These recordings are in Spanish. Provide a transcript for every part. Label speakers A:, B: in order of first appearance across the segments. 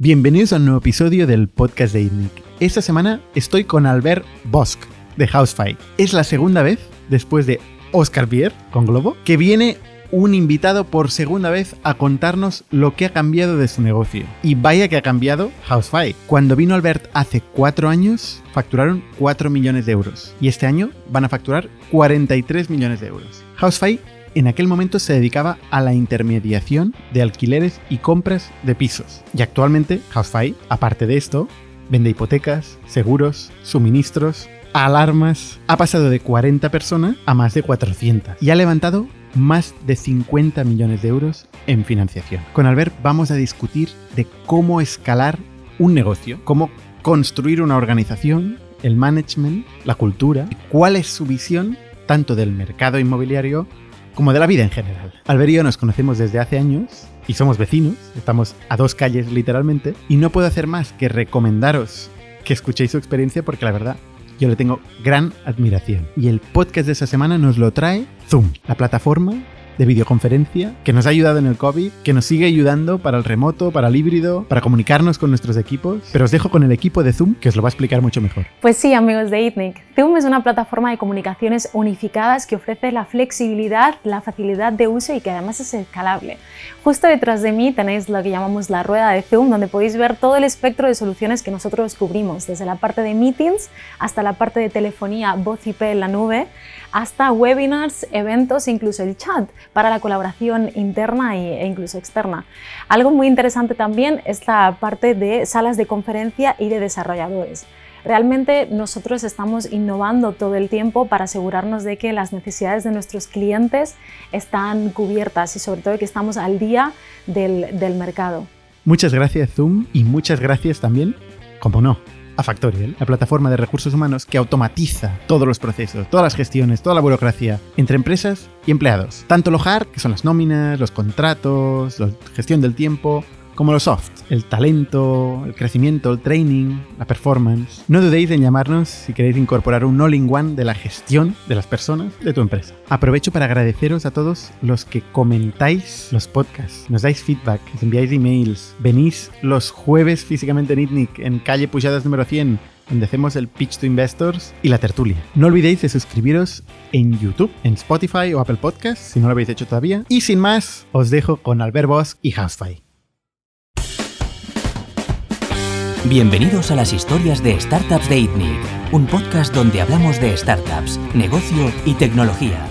A: Bienvenidos a un nuevo episodio del podcast de ITNIC. Esta semana estoy con Albert Bosch de Housefight. Es la segunda vez, después de Oscar Bier con Globo, que viene un invitado por segunda vez a contarnos lo que ha cambiado de su negocio. Y vaya que ha cambiado Housefy. Cuando vino Albert hace cuatro años, facturaron 4 millones de euros. Y este año van a facturar 43 millones de euros. Housefy en aquel momento se dedicaba a la intermediación de alquileres y compras de pisos. Y actualmente Housefy, aparte de esto, vende hipotecas, seguros, suministros, alarmas. Ha pasado de 40 personas a más de 400 y ha levantado más de 50 millones de euros en financiación. Con Albert vamos a discutir de cómo escalar un negocio, cómo construir una organización, el management, la cultura, cuál es su visión tanto del mercado inmobiliario como de la vida en general. Albert y yo nos conocemos desde hace años y somos vecinos, estamos a dos calles literalmente, y no puedo hacer más que recomendaros que escuchéis su experiencia porque la verdad yo le tengo gran admiración. Y el podcast de esta semana nos lo trae Zoom, la plataforma de videoconferencia que nos ha ayudado en el COVID, que nos sigue ayudando para el remoto, para el híbrido, para comunicarnos con nuestros equipos. Pero os dejo con el equipo de Zoom que os lo va a explicar mucho mejor.
B: Pues sí, amigos de ITNIC. Zoom es una plataforma de comunicaciones unificadas que ofrece la flexibilidad, la facilidad de uso y que además es escalable. Justo detrás de mí tenéis lo que llamamos la rueda de Zoom, donde podéis ver todo el espectro de soluciones que nosotros cubrimos, desde la parte de meetings hasta la parte de telefonía voz IP en la nube, hasta webinars, eventos, incluso el chat para la colaboración interna y- e incluso externa. Algo muy interesante también es la parte de salas de conferencia y de desarrolladores. Realmente nosotros estamos innovando todo el tiempo para asegurarnos de que las necesidades de nuestros clientes están cubiertas y sobre todo que estamos al día del, del mercado.
A: Muchas gracias Zoom y muchas gracias también, como no, a Factorial, la plataforma de recursos humanos que automatiza todos los procesos, todas las gestiones, toda la burocracia entre empresas y empleados. Tanto lo hard, que son las nóminas, los contratos, la gestión del tiempo, como lo soft, el talento, el crecimiento, el training, la performance. No dudéis en llamarnos si queréis incorporar un all-in-one de la gestión de las personas de tu empresa. Aprovecho para agradeceros a todos los que comentáis los podcasts, nos dais feedback, os enviáis emails, venís los jueves físicamente en ITNIC, en calle Pujadas número 100, donde hacemos el pitch to investors y la tertulia. No olvidéis de suscribiros en YouTube, en Spotify o Apple Podcasts, si no lo habéis hecho todavía. Y sin más, os dejo con Albert Bosch y Housefly.
C: Bienvenidos a las historias de Startups de ITNIC, un podcast donde hablamos de startups, negocio y tecnología.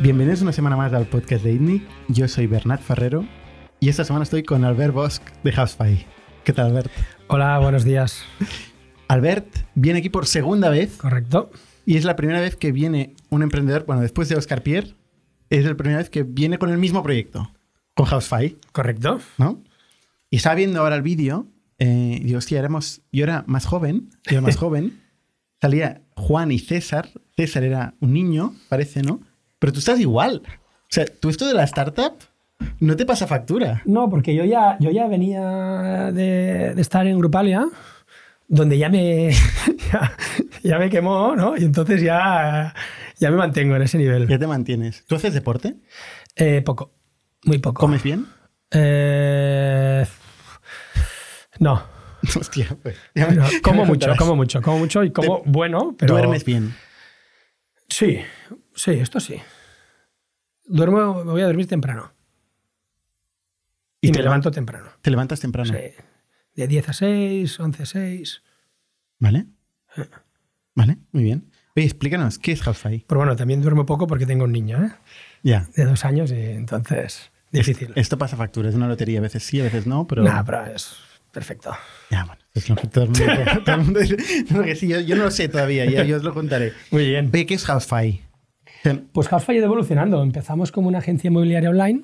A: Bienvenidos una semana más al podcast de ITNIC. Yo soy Bernat Ferrero y esta semana estoy con Albert Bosch de Housefly. ¿Qué tal, Albert?
D: Hola, buenos días.
A: Albert viene aquí por segunda vez
D: Correcto.
A: y es la primera vez que viene un emprendedor, bueno, después de Oscar Pierre, es la primera vez que viene con el mismo proyecto, con Housefly.
D: Correcto.
A: ¿no? Y estaba viendo ahora el vídeo eh, y digo, hostia, éramos, yo era más joven, yo era más joven, salía Juan y César, César era un niño, parece, ¿no? Pero tú estás igual. O sea, tú esto de la startup no te pasa factura.
D: No, porque yo ya, yo ya venía de, de estar en Grupalia, donde ya me, ya, ya me quemó, ¿no? Y entonces ya, ya me mantengo en ese nivel.
A: Ya te mantienes. ¿Tú haces deporte?
D: Eh, poco, muy poco.
A: ¿Comes bien?
D: Eh, no,
A: Hostia, pues. ya me-
D: no,
A: ya me
D: como mucho,
A: contarás.
D: como mucho, como mucho y como bueno, pero...
A: Duermes bien.
D: Sí, sí, esto sí. Duermo, me voy a dormir temprano. Y, me levanto temprano.
A: Te levantas temprano.
D: Sí. De 10 a 6, 11 a 6.
A: ¿Vale? ¿Vale? Muy bien. Oye, explícanos, ¿qué es Half-Fi?
D: Pero bueno, también duermo poco porque tengo un niño, ¿eh?
A: Ya.
D: De dos años y entonces difícil.
A: Esto pasa factura, es una lotería. A veces sí, a veces no, pero.
D: Nah, pero es perfecto.
A: Ya, bueno, es lo que todo el mundo, todo el mundo dice. No, que sí, yo, yo no lo sé todavía, ya yo os lo contaré.
D: Muy bien.
A: Oye, ¿qué es Housefy?
D: Pues Housefly ha ido evolucionando. Empezamos como una agencia inmobiliaria online,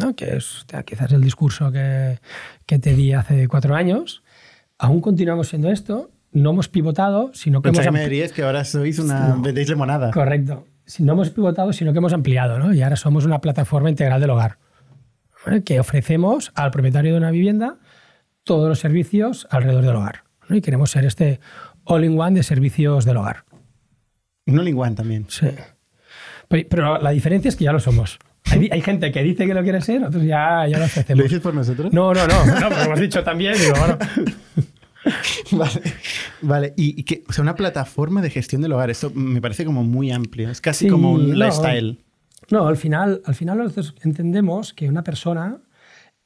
D: ¿no? que es o sea, quizás el discurso que, que te di hace cuatro años. Aún continuamos siendo esto. No hemos pivotado, sino que
A: Pensaba que
D: hemos
A: me
D: ampli-
A: dirías que ahora sois una. vendéis limonada.
D: Correcto. Si no hemos pivotado, sino que hemos ampliado, ¿no? Y ahora somos una plataforma integral del hogar, ¿vale? que ofrecemos al propietario de una vivienda todos los servicios alrededor del hogar. ¿no? Y queremos ser este all-in-one de servicios del hogar.
A: Un all también.
D: Sí. Pero, pero la diferencia es que ya lo somos. Hay, hay gente que dice que lo quiere ser, otros ya, ya lo
A: ¿Lo
D: hacemos.
A: dices por nosotros?
D: No, no, no, no, porque lo has dicho también. Digo, bueno,
A: Vale. Vale. Y, y que, o sea, una plataforma de gestión del hogar. Esto me parece como muy amplio. Es casi
D: Sí,
A: como un
D: no.
A: lifestyle.
D: No, al final, al final nosotros entendemos que una persona,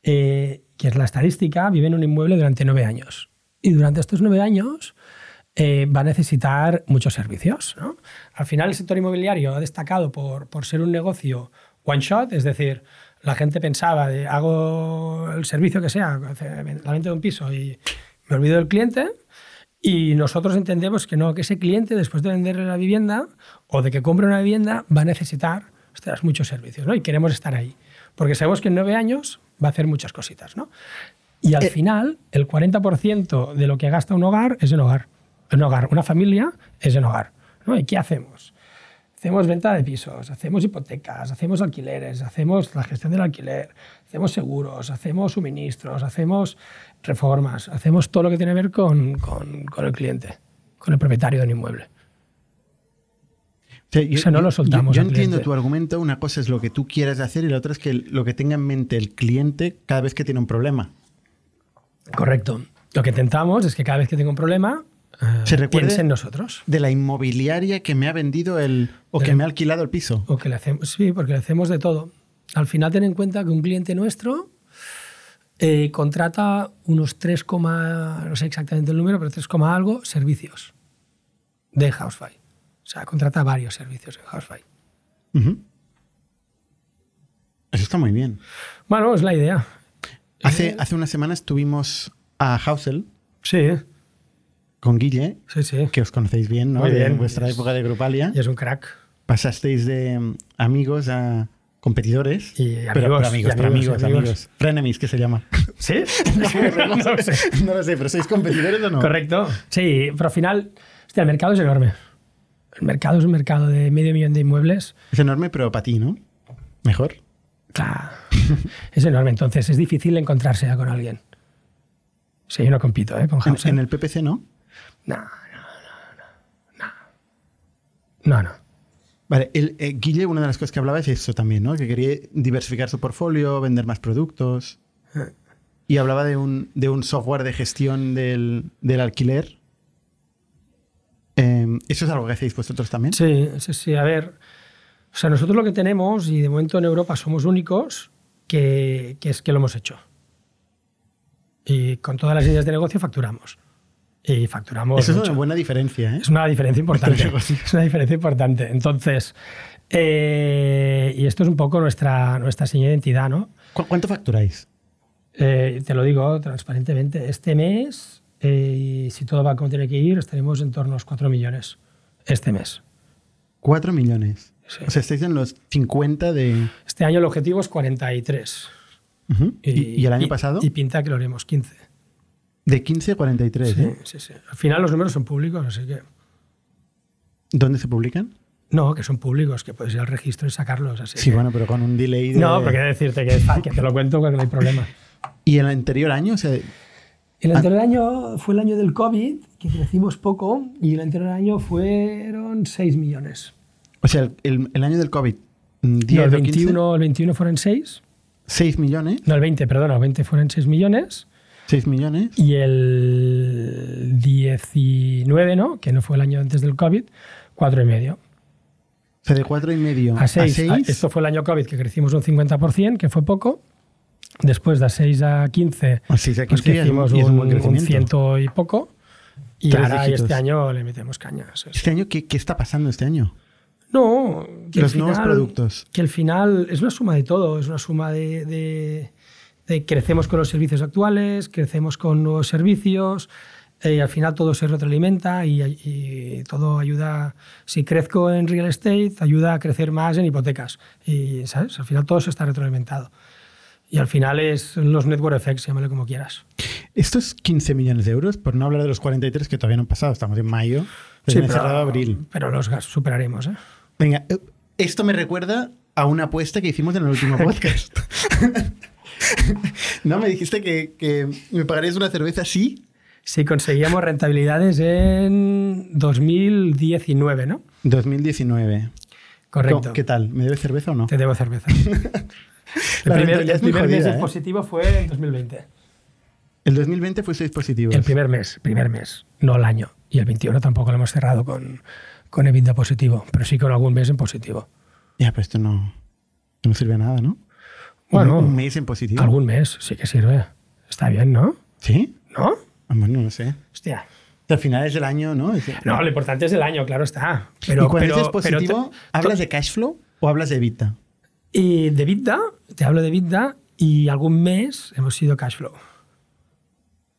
D: eh, que es la estadística, vive en un inmueble durante nueve años. Y durante estos nueve años eh, va a necesitar muchos servicios. ¿no? Al final el sector inmobiliario ha destacado por, por ser un negocio one shot, es decir, la gente pensaba, de, hago el servicio que sea, la venta de un piso y me olvido del cliente, y nosotros entendemos que no, que ese cliente, después de venderle la vivienda o de que compre una vivienda, va a necesitar ostras, muchos servicios, ¿no? Y queremos estar ahí. Porque sabemos que en nueve años va a hacer muchas cositas, ¿no? Y al final, el 40% de lo que gasta un hogar es en hogar. En hogar, una familia es en hogar. ¿no? ¿Y qué hacemos? Hacemos venta de pisos, hacemos hipotecas, hacemos alquileres, hacemos la gestión del alquiler, hacemos seguros, hacemos suministros, hacemos reformas, hacemos todo lo que tiene que ver con, con- con el cliente, con el propietario de un inmueble.
A: O sea, yo-
D: Eso no lo
A: yo-
D: soltamos
A: Yo,
D: al
A: yo entiendo
D: cliente.
A: tu argumento. Una cosa es lo que tú quieras hacer y la otra es que lo que tenga en mente el cliente cada vez que tiene un problema.
D: Correcto. Lo que intentamos es que cada vez que tenga un problema, eh,
A: Se recuerde-
D: piense en nosotros.
A: De la inmobiliaria que me ha vendido el. o que
D: Del-
A: me ha alquilado el piso.
D: O que le hacemos, sí, porque le hacemos de todo. Al final, ten en cuenta que un cliente nuestro eh, contrata unos 3, coma- no sé exactamente el número, pero 3, coma algo servicios de Housefy. O sea, contrata varios servicios en Housefy.
A: Ujú. Eso está muy bien.
D: Eh. Bueno, es la idea.
A: Hace, hace unas semanas tuvimos a Hausel
D: Sí,
A: con Guille,
D: sí, sí.
A: que os conocéis bien, ¿no?
D: Muy
A: De
D: bien.
A: vuestra
D: Es-
A: época de Grupalia.
D: Y es un crack.
A: Pasasteis de mm, amigos a competidores.
D: Y amigos,
A: pero, pero
D: y
A: amigos, pero
D: amigos,
A: amigos,
D: y amigos.
A: amigos. Frenemies, que se llama.
D: ¿Sí? no, lo sé.
A: no lo sé, pero ¿sois competidores o no?
D: Correcto. Sí, pero al final, hostia, el mercado es enorme. El mercado es un mercado de medio millón de inmuebles.
A: Es enorme, pero para ti, ¿no? Mejor.
D: Claro. es enorme. Entonces es difícil encontrarse ya con alguien. Sí, yo no compito, ¿eh? Con
A: En,
D: Hauser.
A: en el PPC, ¿no?
D: No, no, no, no, no. No, no.
A: Vale, el, eh, Guille, una de las cosas que hablaba es eso también, ¿no? Que quería diversificar su portfolio, vender más productos. Y hablaba de un, de un software de gestión del, del alquiler. Eh, ¿Eso es algo que hacéis vosotros también?
D: Sí, sí, sí. A ver, o sea, nosotros lo que tenemos, y de momento en Europa somos únicos, que, que es que lo hemos hecho. Y con todas las ideas de negocio facturamos. Y facturamos.
A: Eso es
D: mucho.
A: una buena diferencia, ¿eh?
D: Es una diferencia
A: Entre
D: importante.
A: negocios.
D: Es una diferencia importante. Entonces, eh, y esto es un poco nuestra, nuestra señal de identidad, ¿no?
A: ¿Cu- ¿Cuánto facturáis?
D: Eh, te lo digo transparentemente, este mes, eh, si todo va como tiene que ir, estaremos en torno a los 4 millones este mes.
A: 4 millones.
D: Sí.
A: O sea, estáis en los 50 de...
D: Este año el objetivo es 43.
A: Ujú. ¿Y, y el año pasado?
D: Y pinta que lo haremos 15.
A: de 15 a 43.
D: Sí,
A: ¿eh?
D: sí, sí. Al final los números son públicos, así que...
A: ¿Dónde se publican?
D: No, que son públicos, que puedes ir al registro y sacarlos. Así
A: Sí,
D: que-
A: bueno, eh. pero con un delay de...
D: No, porque decirte que, ah, que te lo cuento que no hay problema.
A: ¿Y el anterior año? O sea, Ah.
D: El anterior año fue el año del COVID, que crecimos poco, y el anterior año fueron 6 millones.
A: o sea, el, el- el año del COVID, mm, 10
D: No, el,
A: o 15,
D: 21, el 21 fueron 6.
A: 6 millones,
D: No, el 20, perdona, el 20 fueron 6 millones.
A: 6 millones,
D: Y el 19, ¿no? Que no fue el año antes del COVID, 4,5. y medio.
A: o sea, de 4 y medio
D: A ah, 6.
A: seis,
D: Esto fue el año COVID, que crecimos un 50%, que fue poco. Después de 6 a 15,
A: a 6 a
D: pues
A: 15 ya es un-
D: crecimos
A: ya es un
D: un,
A: buen
D: un
A: crecimiento.
D: ciento y poco. Y
A: Tres
D: ahora y
A: dígitos.
D: este año le metemos cañas.
A: ¿Este año qué, qué está pasando este año?
D: No, que
A: Los
D: al
A: nuevos productos.
D: Que al final es una suma de todo, es una suma de, de- de crecemos con los servicios actuales, crecemos con nuevos servicios, eh, y al final todo se retroalimenta y, y todo ayuda, si crezco en real estate, ayuda a crecer más en hipotecas. Y, ¿sabes? Al final todo se está retroalimentado. Y al final es los network effects, llámale como quieras.
A: Estos 15 millones de euros, por no hablar de los 43 que todavía no han pasado, estamos en mayo,
D: Sí,
A: recién cerrado abril.
D: pero los gas- superaremos. ¿eh?
A: Venga, eh, esto me recuerda a una apuesta que hicimos en el último podcast. no, me dijiste que, que me pagarías una cerveza, sí.
D: Si conseguíamos rentabilidades en 2019, ¿no?
A: 2019.
D: Correcto.
A: ¿Qué tal? ¿Me debe cerveza o no?
D: Te debo cerveza.
A: La
D: el primer,
A: rentabilidad
D: el
A: es muy
D: primer mes
A: jodida, ¿eh?
D: positivo fue en 2020.
A: El 2020 fuisteis positivos.
D: El primer mes, primer mes, no el año. Y el 21 tampoco lo hemos cerrado con, con EBITDA positivo, pero sí con algún mes en positivo.
A: Ya, pero esto no, no sirve a nada, ¿no?
D: Bueno,
A: un, un mes en positivo.
D: Algún mes sí que sirve. Está bien, ¿no?
A: ¿Sí?
D: ¿No?
A: Ah, Bueno, no sé.
D: Hostia.
A: Al final es el año, ¿no? Es-
D: No, lo importante es el año, claro está. Pero,
A: y cuando
D: pero-
A: dices
D: pero te-
A: positivo, ¿hablas de cash flow o hablas de EBITDA?
D: Y de EBITDA, te hablo de EBITDA y algún mes hemos sido cash flow.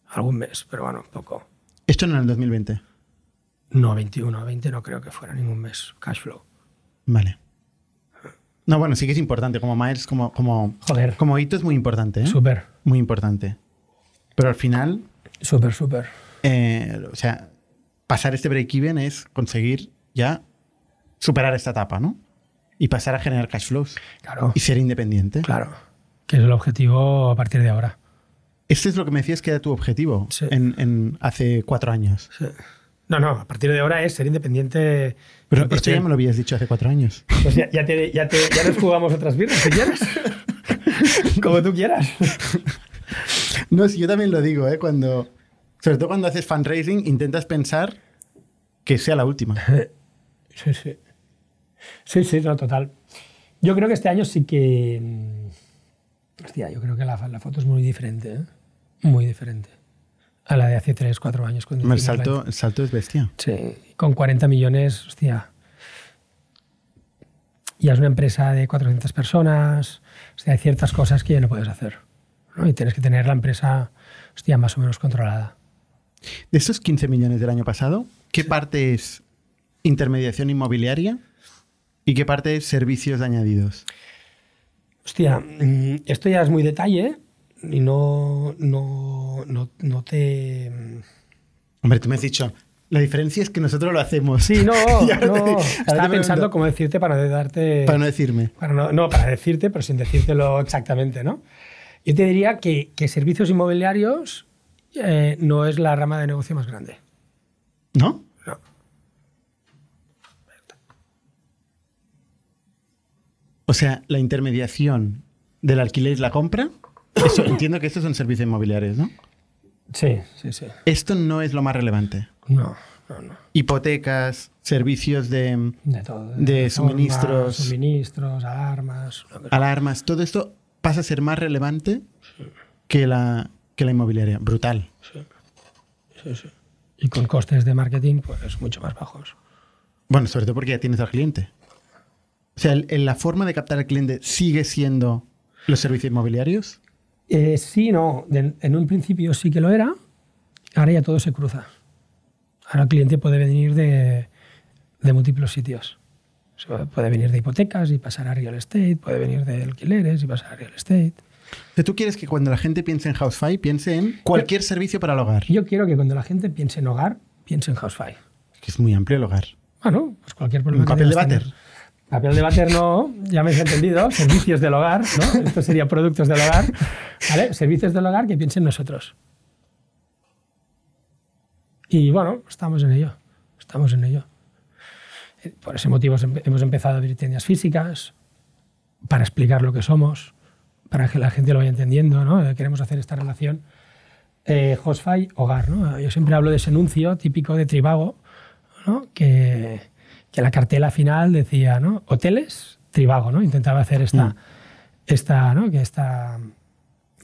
D: Algún mes, pero bueno, poco.
A: Esto no en el 2020.
D: No, 21, 20 no creo que fuera ningún mes cash flow.
A: Vale. No, bueno, sí que es importante. Como Miles, como, como,
D: Joder.
A: como hito es muy importante. ¿eh?
D: Súper,
A: Muy importante. Pero al final,
D: súper, súper.
A: eh, o sea, pasar este break-even es conseguir ya superar esta etapa, ¿no? Y pasar a generar cash flows
D: Claro,
A: y ser independiente.
D: claro. Que es el objetivo a partir de ahora.
A: Este es lo que me decías que era tu objetivo
D: Sí.
A: en, en- hace cuatro años.
D: Sí. No, no, a partir de ahora es ser independiente.
A: Pero
D: 100%.
A: esto ya me lo habías dicho hace cuatro años.
D: Pues ya, ya te- ya te- ya nos jugamos otras birras, si quieres. Como tú quieras.
A: No, sí, yo también lo digo, ¿eh? Cuando, sobre todo cuando haces fundraising, intentas pensar que sea la última.
D: Sí, sí. Sí, sí, no, total. Yo creo que este año sí que. mm, Hostia, yo creo que la, la foto es muy diferente, ¿eh? Muy diferente. A la de hace 3, 4 años. Cuando
A: El
D: hicimos la-
A: salto, el salto es bestia.
D: Sí, con 40 millones, hostia. Ya es una empresa de 400 personas. Hostia, hay ciertas cosas que ya no puedes hacer. ¿no? Y tienes que tener la empresa, hostia, más o menos controlada.
A: De esos 15 millones del año pasado, ¿qué parte es intermediación inmobiliaria y qué parte es servicios añadidos?
D: Hostia, mm, esto ya es muy detalle ¿eh? y no, no, no, no te... mm.
A: Hombre, tú me has dicho, la diferencia es que nosotros lo hacemos.
D: Sí, no,
A: Y ahora te-
D: no.
A: ahora te
D: Estaba
A: pregunto,
D: pensando cómo decirte para no darte...
A: Para no decirme.
D: para no, no, para decirte, pero sin decírtelo exactamente, ¿no? Yo te diría que, que servicios inmobiliarios eh, no es la rama de negocio más grande.
A: ¿No?
D: No.
A: O sea, la intermediación del alquiler y la compra, eso, entiendo que estos son servicios inmobiliarios, ¿no?
D: Sí, sí, sí.
A: Esto no es lo más relevante.
D: No, no, no.
A: Hipotecas, servicios de
D: De todo.
A: De
D: reformas,
A: suministros.
D: Suministros, alarmas. lo que-
A: alarmas, todo esto pasa a ser más relevante que la, que la inmobiliaria. Brutal.
D: Sí, sí. Y con costes de marketing, pues mucho más bajos.
A: Bueno, sobre todo porque ya tienes al cliente. O sea, el- el- la forma de captar al cliente sigue siendo los servicios inmobiliarios.
D: Eh, sí, no. De- en un principio sí que lo era. Ahora ya todo se cruza. Ahora el cliente puede venir de, de múltiples sitios. O sea, puede venir de hipotecas y pasar a real estate, puede venir de alquileres y pasar a real estate.
A: O sea, tú quieres que cuando la gente piense en Housefy, piense en cualquier servicio para el hogar.
D: Yo quiero que cuando la gente piense en hogar, piense en Housefy.
A: Que es muy amplio el hogar.
D: Bueno, pues cualquier problema.
A: Un
D: que
A: papel de
D: debas
A: váter.
D: tener. Papel de váter no, ya me has entendido. Servicios del hogar, ¿no? Esto sería productos del hogar. ¿Vale? Servicios del hogar que piensen nosotros. Y bueno, estamos en ello. Estamos en ello. Eh, Por ese motivo hem- hemos empezado a abrir tiendas físicas para explicar lo que somos, para que la gente lo vaya entendiendo, ¿no? Eh, Queremos hacer esta relación eh, Hostfire, hogar, ¿no? Yo siempre hablo de ese anuncio típico de Tribago, ¿no? que, que la cartela final decía, ¿no? Hoteles, Tribago, ¿no? Intentaba hacer esta,
A: Mm.
D: esta, ¿no? Que esta,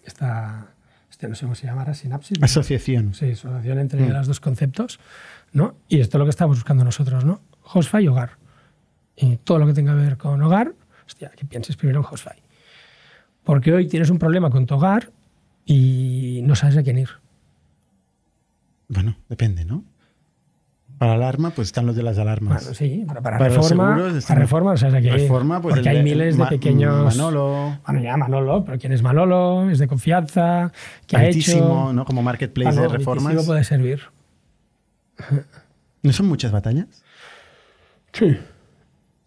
D: esta, este, no sé cómo se llamará, sinapsis. ¿no?
A: Asociación.
D: Sí, asociación entre
A: Mm.
D: los dos conceptos, ¿no? Y esto es lo que estamos buscando nosotros, ¿no? Hostfire y hogar. Y todo lo que tenga que ver con hogar, hostia, que pienses primero en Hostfire. Porque hoy tienes un problema con tu hogar y no sabes a quién ir.
A: Bueno, depende, ¿no? Para alarma, pues están los de las alarmas.
D: Bueno, sí, pero para,
A: Para los
D: reforma,
A: seguros
D: para
A: están-
D: reforma, no sabes a quién ir.
A: Reforma, pues
D: Porque
A: el
D: hay
A: de-
D: miles de
A: Ma-
D: pequeños...
A: Manolo,
D: Bueno, ya Manolo, pero ¿quién es Manolo? ¿Es de confianza? ¿Qué ha
A: altísimo,
D: hecho?
A: ¿no? Como marketplace
D: Ah, no,
A: de
D: Altísimo
A: reformas.
D: puede servir.
A: ¿No son muchas batallas?
D: Sí.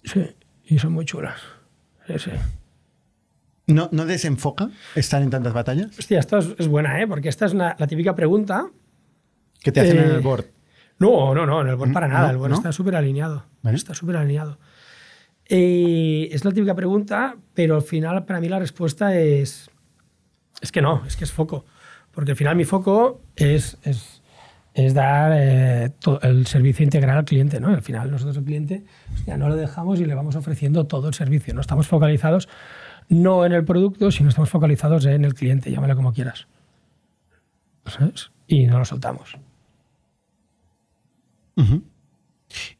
D: Sí, y son muy chulas. Sí, sí.
A: ¿No, no desenfoca estar en tantas batallas?
D: Hostia, esta es, es buena, ¿eh? Porque esta es una- la típica pregunta.
A: Que te hacen
D: Eh,
A: en el board.
D: No, no, no, en el board para nada.
A: Mm, no,
D: el board
A: ¿no?
D: está súper alineado.
A: Vale.
D: Está súper alineado. Eh, es la típica pregunta, pero al final para mí la respuesta es, es que no, es que es foco. Porque al final mi foco es, es, es dar eh, to- el servicio integral al cliente. ¿no? Al final nosotros al cliente pues ya no lo dejamos y le vamos ofreciendo todo el servicio. No estamos focalizados no en el producto, sino estamos focalizados en el cliente, llámalo como quieras. ¿Sabes? Y no lo soltamos.
A: Ujú.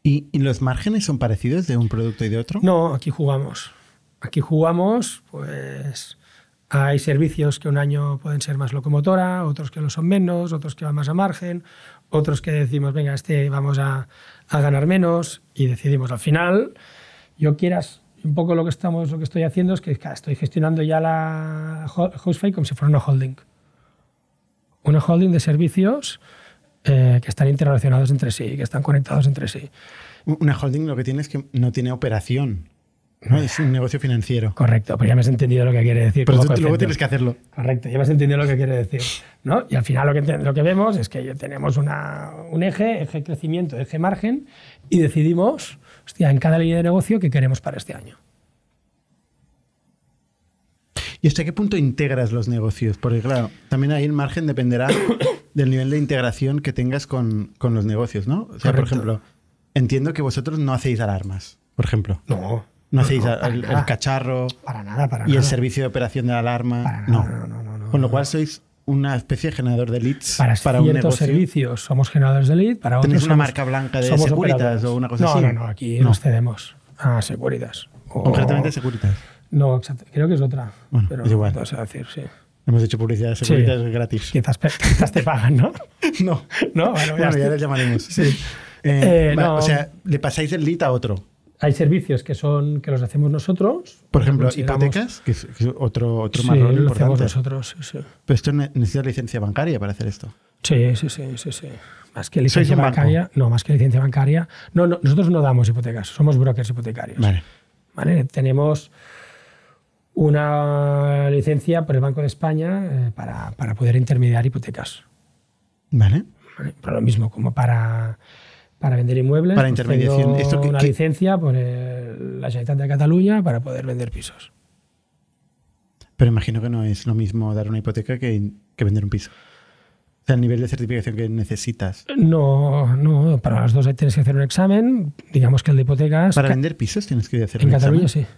A: ¿Y, y los márgenes son parecidos de un producto y de otro?
D: No, aquí jugamos. Aquí jugamos, pues hay servicios que un año pueden ser más locomotora, otros que lo son menos, otros que van más a margen, otros que decimos, venga, este vamos a, a ganar menos y decidimos al final. Yo quieras, un poco lo que, estamos, lo que estoy haciendo es que claro, estoy gestionando ya la ho- Housefly como si fuera una holding. Una holding de servicios eh, que están interrelacionados entre sí, que están conectados entre sí.
A: U- Una holding lo que tiene es que no tiene operación. ¿no? Es un negocio financiero.
D: Correcto, pero ya me has entendido lo que quiere decir.
A: Pero
D: como
A: tú luego
D: concepto.
A: tienes que hacerlo.
D: Correcto, ya me has entendido lo que quiere decir. ¿no? Y al final lo que, te- lo que vemos es que tenemos una- un eje, eje crecimiento, eje margen, y decidimos hostia, en cada línea de negocio qué queremos para este año.
A: ¿Y hasta qué punto integras los negocios? Porque claro, también ahí el margen dependerá del nivel de integración que tengas con, con los negocios, ¿no? O sea, por
D: Correcto.
A: ejemplo, entiendo que vosotros no hacéis alarmas, por ejemplo.
D: No,
A: No hacéis
D: no, Ah.
A: a-
D: para
A: el, el
D: nada.
A: cacharro
D: para nada, para
A: y el
D: nada.
A: servicio de operación de la alarma.
D: Para
A: No.
D: nada, no, no, no,
A: Con lo
D: no.
A: cual sois una especie de generador de leads para,
D: para,
A: un
D: ciertos
A: negocio.
D: servicios somos generadores de lead, para otros
A: ¿Tenéis una
D: somos-
A: marca blanca de
D: somos
A: Securitas
D: operadores.
A: o una cosa
D: no,
A: así?
D: No, no, aquí
A: No.
D: nos cedemos a Securitas. O-
A: Concretamente Securitas.
D: No, exacto, creo que es otra.
A: Bueno,
D: pero
A: es igual.
D: no te sé decir, sí.
A: Hemos hecho publicidad de
D: Sí.
A: Securitas gratis.
D: Quizás, pe- quizás te pagan, ¿no?
A: No.
D: No, bueno, ya
A: Bueno, ya
D: está.
A: les llamaremos.
D: Sí.
A: Eh,
D: Eh,
A: va,
D: no.
A: O sea, le pasáis el lead a otro.
D: Hay servicios que son que los hacemos nosotros.
A: Por ejemplo,
D: Consideramos-
A: hipotecas, que es, que es otro, otro
D: Sí,
A: marrón
D: lo hacemos
A: importante.
D: nosotros. Sí, sí.
A: Pero esto ne- necesita licencia bancaria para hacer esto.
D: Sí, sí, sí, sí, sí. Más que
A: ¿Sois
D: licencia
A: un banco?
D: bancaria. No, más que licencia bancaria. No, no, nosotros no damos hipotecas, somos brokers hipotecarios.
A: Vale.
D: ¿vale? Tenemos una licencia por el Banco de España eh, para, para poder intermediar hipotecas.
A: Vale.
D: ¿vale? Pero lo mismo, como para, para vender inmuebles.
A: Para
D: pues
A: intermediación.
D: tengo
A: ¿Esto qué-
D: una
A: qué-
D: licencia por el- la Generalitat de Cataluña para poder vender pisos.
A: Pero imagino que no es lo mismo dar una hipoteca que, que vender un piso. O sea, el nivel de certificación que necesitas.
D: No, no, para las dos ahí tienes que hacer un examen, digamos que el de hipotecas.
A: Para
D: ca-
A: vender pisos tienes que hacer
D: en
A: un
D: Cataluña
A: examen.
D: sí.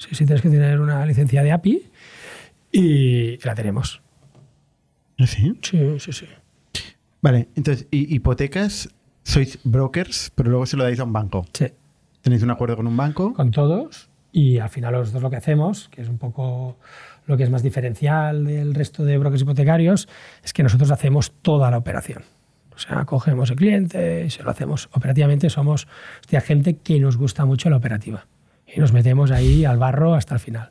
D: Sí, sí, tienes que tener una licencia de API y la tenemos.
A: ¿Ah, sí?
D: Sí, sí, sí.
A: Vale, entonces, hi- hipotecas, sois brokers, pero luego se lo dais a un banco.
D: Sí,
A: Tenéis un acuerdo con un banco.
D: con todos y al final nosotros lo que hacemos, que es un poco lo que es más diferencial del resto de brokers hipotecarios, es que nosotros hacemos toda la operación. O sea, cogemos el cliente y se lo hacemos. Operativamente somos hostia, gente que nos gusta mucho la operativa y nos metemos ahí al barro hasta el final.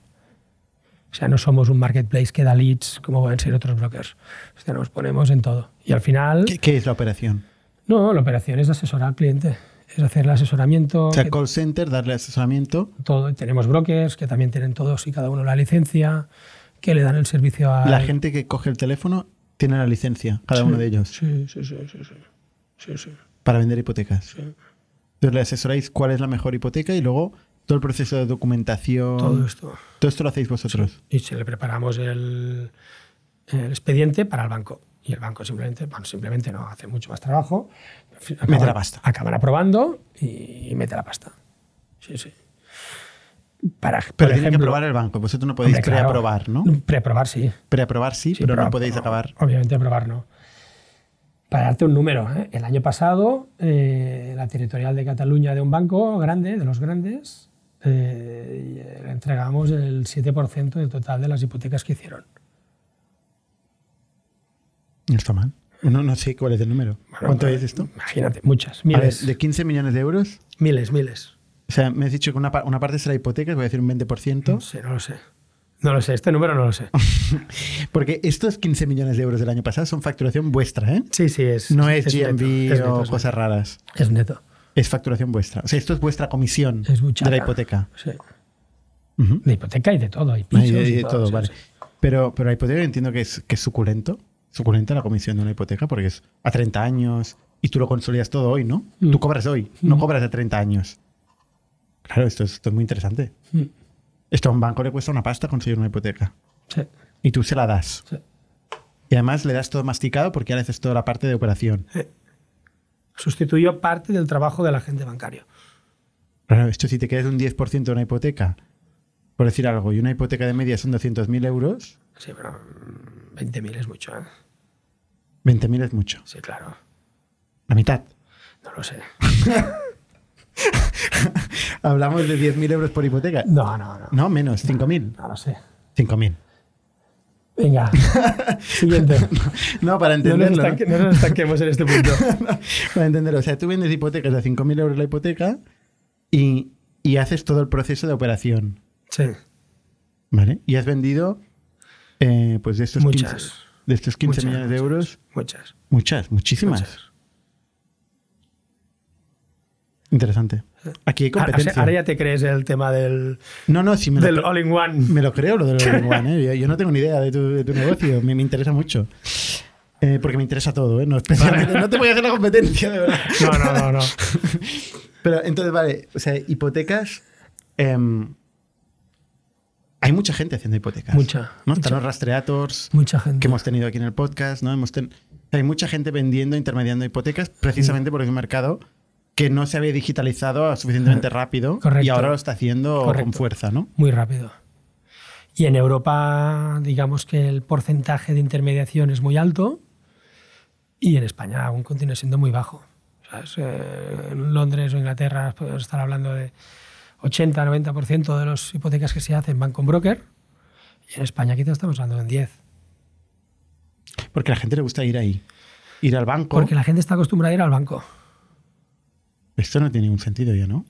D: O sea, no somos un marketplace que da leads como pueden ser otros brokers. O sea, nos ponemos en todo. Y al final,
A: ¿Qué, qué es la operación?
D: no, la operación es asesorar al cliente, es hacer el asesoramiento.
A: O sea,
D: que-
A: call center, darle asesoramiento.
D: todo, tenemos brokers que también tienen todos y cada uno la licencia, que le dan el servicio a
A: La gente que coge el teléfono tiene la licencia, cada uno de ellos.
D: Sí, sí, sí, sí, sí. Sí, sí.
A: para vender hipotecas. Entonces le asesoráis cuál es la mejor hipoteca y luego todo el proceso de documentación.
D: Todo esto.
A: Todo esto lo hacéis vosotros.
D: Y se le preparamos el, el expediente para el banco. Y el banco simplemente, bueno, simplemente no, hace mucho más trabajo.
A: Mete la pasta.
D: Acaban aprobando y mete la pasta. Sí, sí. Para, por
A: Pero tiene que
D: ejemplo-
A: aprobar el banco. Vosotros no podéis
D: Hombre, claro.
A: preaprobar, ¿no?
D: Preaprobar, sí.
A: Preaprobar sí,
D: Sí,
A: pero, no
D: pero
A: podéis acabar.
D: Obviamente aprobar no. Para darte un número, ¿eh? el año pasado eh, la territorial de Cataluña de un banco grande, de los grandes, eh, le entregamos el 7% del total de las hipotecas que hicieron.
A: No está mal. No, no sé cuál es el número. ¿Cuánto
D: eh,
A: es esto?
D: pues, Imagínate, muchas,
A: A ver,
D: miles,
A: de 15 millones de euros.
D: miles, miles.
A: O sea, me has dicho que una, pa- una parte será hipoteca, voy a decir un 20%.
D: No sé, no lo sé. No lo sé, este número no lo sé.
A: Ah. Porque estos 15 millones de euros del año pasado son facturación vuestra, ¿eh?
D: Sí, sí, es.
A: No es
D: neto,
A: GMB
D: es neto,
A: o
D: es neto.
A: cosas raras.
D: Es neto.
A: Es facturación vuestra. O sea, esto es vuestra comisión
D: Es
A: de
D: buchaca.
A: la hipoteca.
D: Sí.
A: Ujú.
D: De hipoteca y de todo. Hay pisos.
A: Ahí- ahí
D: y
A: de todo,
D: sí,
A: vale.
D: sí.
A: Pero, pero la hipoteca entiendo que es, que es suculento. Suculenta la comisión de una hipoteca porque es a 30 años y tú lo consolidas todo hoy, ¿no?
D: Mm.
A: Tú cobras hoy, no
D: Mm.
A: cobras a 30 años. Claro, esto es, esto es muy interesante.
D: Mm.
A: Esto a un banco le cuesta una pasta conseguir una hipoteca.
D: Sí.
A: Y tú se la das.
D: Sí.
A: Y además le das todo masticado porque ahora haces toda la parte de operación.
D: Sustituyó parte del trabajo del agente bancario.
A: Claro, esto si te quedas un 10% de una hipoteca, por decir algo, y una hipoteca de media son 200.000 euros,
D: Sí, pero mm, 20.000 es mucho, ¿eh?
A: 20.000 es mucho.
D: Sí, claro.
A: La mitad.
D: No lo sé.
A: Hablamos de 10.000 euros por hipoteca.
D: No, no, no.
A: No, menos, 5.000.
D: No lo sé.
A: 5.000.
D: Venga. Siguiente.
A: No, para
D: No nos,
A: entenderlo. ¿no?
D: estanque- no nos estanquemos en este punto.
A: Para entenderlo. O sea, tú vendes hipotecas de 5.000 euros la hipoteca y, y haces todo el proceso de operación.
D: Sí.
A: ¿Vale? Y has vendido, eh, pues de estos
D: Muchas.
A: 15, de estos 15
D: Muchas,
A: millones de
D: muchas,
A: euros,
D: Muchas.
A: muchas, muchísimas.
D: muchas.
A: Interesante. Aquí hay
D: Eh, Ahora, o sea,
A: competencia.
D: ahora ya te crees el tema del,
A: No, no, sí, me,
D: del
A: lo,
D: all-in-one.
A: me lo creo lo del all Yo, ¿eh? yo no tengo ni idea de tu, de tu negocio. Me, me interesa mucho. Eh, porque me interesa todo, ¿eh? No, especialmente- no te voy a hacer la competencia, de verdad.
D: No, no, no, no.
A: Pero entonces, vale, o sea, hipotecas. em, hay mucha gente haciendo hipotecas.
D: Mucha,
A: ¿no?
D: mucha.
A: Están los rastreators
D: Mucha gente.
A: que hemos tenido aquí en el podcast, ¿no? Hemos ten- Hay mucha gente vendiendo, intermediando hipotecas, precisamente porque es un mercado que no se había digitalizado suficientemente rápido y
D: Correcto.
A: ahora lo está haciendo con
D: Correcto.
A: fuerza, ¿no?
D: Muy rápido. Y en Europa, digamos que el porcentaje de intermediación es muy alto y en España aún continúa siendo muy bajo. ¿Sabes? Eh, en Londres o Inglaterra podemos estar hablando de 80-90% de las hipotecas que se hacen van con broker y en España quizás estamos hablando de un 10.
A: Porque a la gente le gusta ir ahí, ir al banco.
D: Porque la gente está acostumbrada a ir al banco.
A: Esto no tiene ningún sentido ya, ¿no?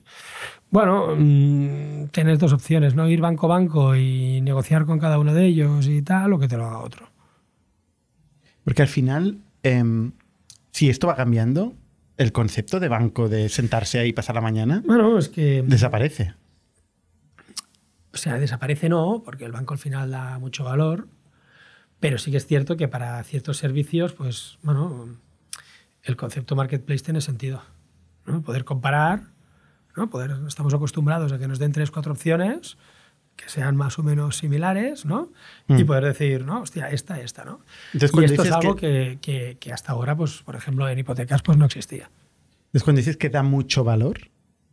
D: Bueno, mm, tienes dos opciones, ¿no? Ir banco a banco y negociar con cada uno de ellos y tal, o que te lo haga otro.
A: Porque al final, em, si esto va cambiando, el concepto de banco de sentarse ahí y pasar la mañana
D: Bueno, es que...
A: desaparece.
D: O sea, desaparece no, porque el banco al final da mucho valor, pero sí que es cierto que para ciertos servicios, pues, bueno, el concepto marketplace tiene sentido. ¿no? Poder comparar, ¿no? Poder, estamos acostumbrados a que nos den tres, cuatro opciones que sean más o menos similares, ¿no? Y
A: Mm.
D: poder decir, no, hostia, esta, esta, ¿no?
A: Entonces,
D: y
A: cuando
D: esto es
A: dices
D: algo que... que- que hasta ahora, pues, por ejemplo, en hipotecas, pues no existía.
A: Es cuando dices que da mucho valor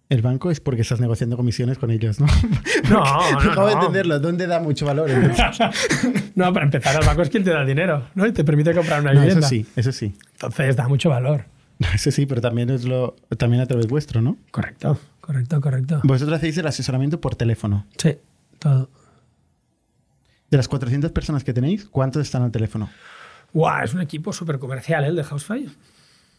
A: el banco, es porque estás negociando comisiones con ellos, ¿no?
D: No, no,
A: Acabo de
D: no.
A: entenderlo. ¿Dónde da mucho valor? Entonces,
D: No, para empezar, el banco es quien te da el dinero, ¿no? Y te permite comprar una
A: no, eso
D: vivienda.
A: sí, eso sí.
D: Entonces da mucho valor.
A: No, Eso sí, pero también es lo también a través vuestro, ¿no?
D: Correcto, correcto, correcto.
A: Vosotros hacéis el asesoramiento por teléfono.
D: Sí, todo.
A: De las 400 personas que tenéis, ¿cuántos están al teléfono?
D: Guau, es un equipo súper comercial ¿eh? el de Housefire.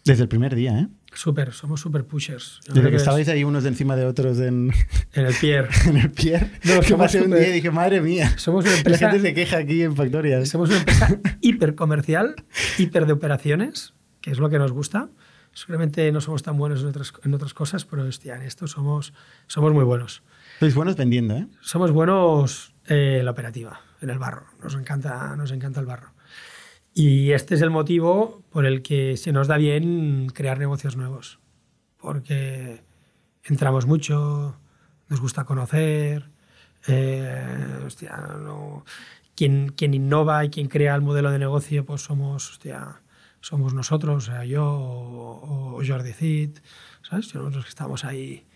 A: Desde el primer día, ¿eh?
D: Súper, somos súper pushers. Yo creo
A: Desde que
D: es
A: estabais ahí unos de encima de otros en,
D: En el Pier.
A: en el pier.
D: No,
A: que
D: somos
A: pasé un
D: súper-
A: día y dije, madre mía.
D: Somos una
A: La
D: empresa,
A: gente se queja aquí en Factoria. ¿eh?
D: somos una empresa hiper comercial, hiper de operaciones, que es lo que nos gusta. Seguramente no somos tan buenos en otras, en otras cosas, pero hostia, en esto somos, somos muy buenos.
A: Sois buenos vendiendo, ¿eh?
D: Somos buenos eh, en la operativa, en el barro. Nos encanta, nos encanta el barro. Y este es el motivo por el que se nos da bien crear negocios nuevos. Porque entramos mucho, nos gusta conocer. eh, hostia, no- quien, quien innova y quien crea el modelo de negocio, pues somos, hostia, somos nosotros, o sea, yo o, o Jordi Cid, ¿sabes? Somos los que estamos ahí,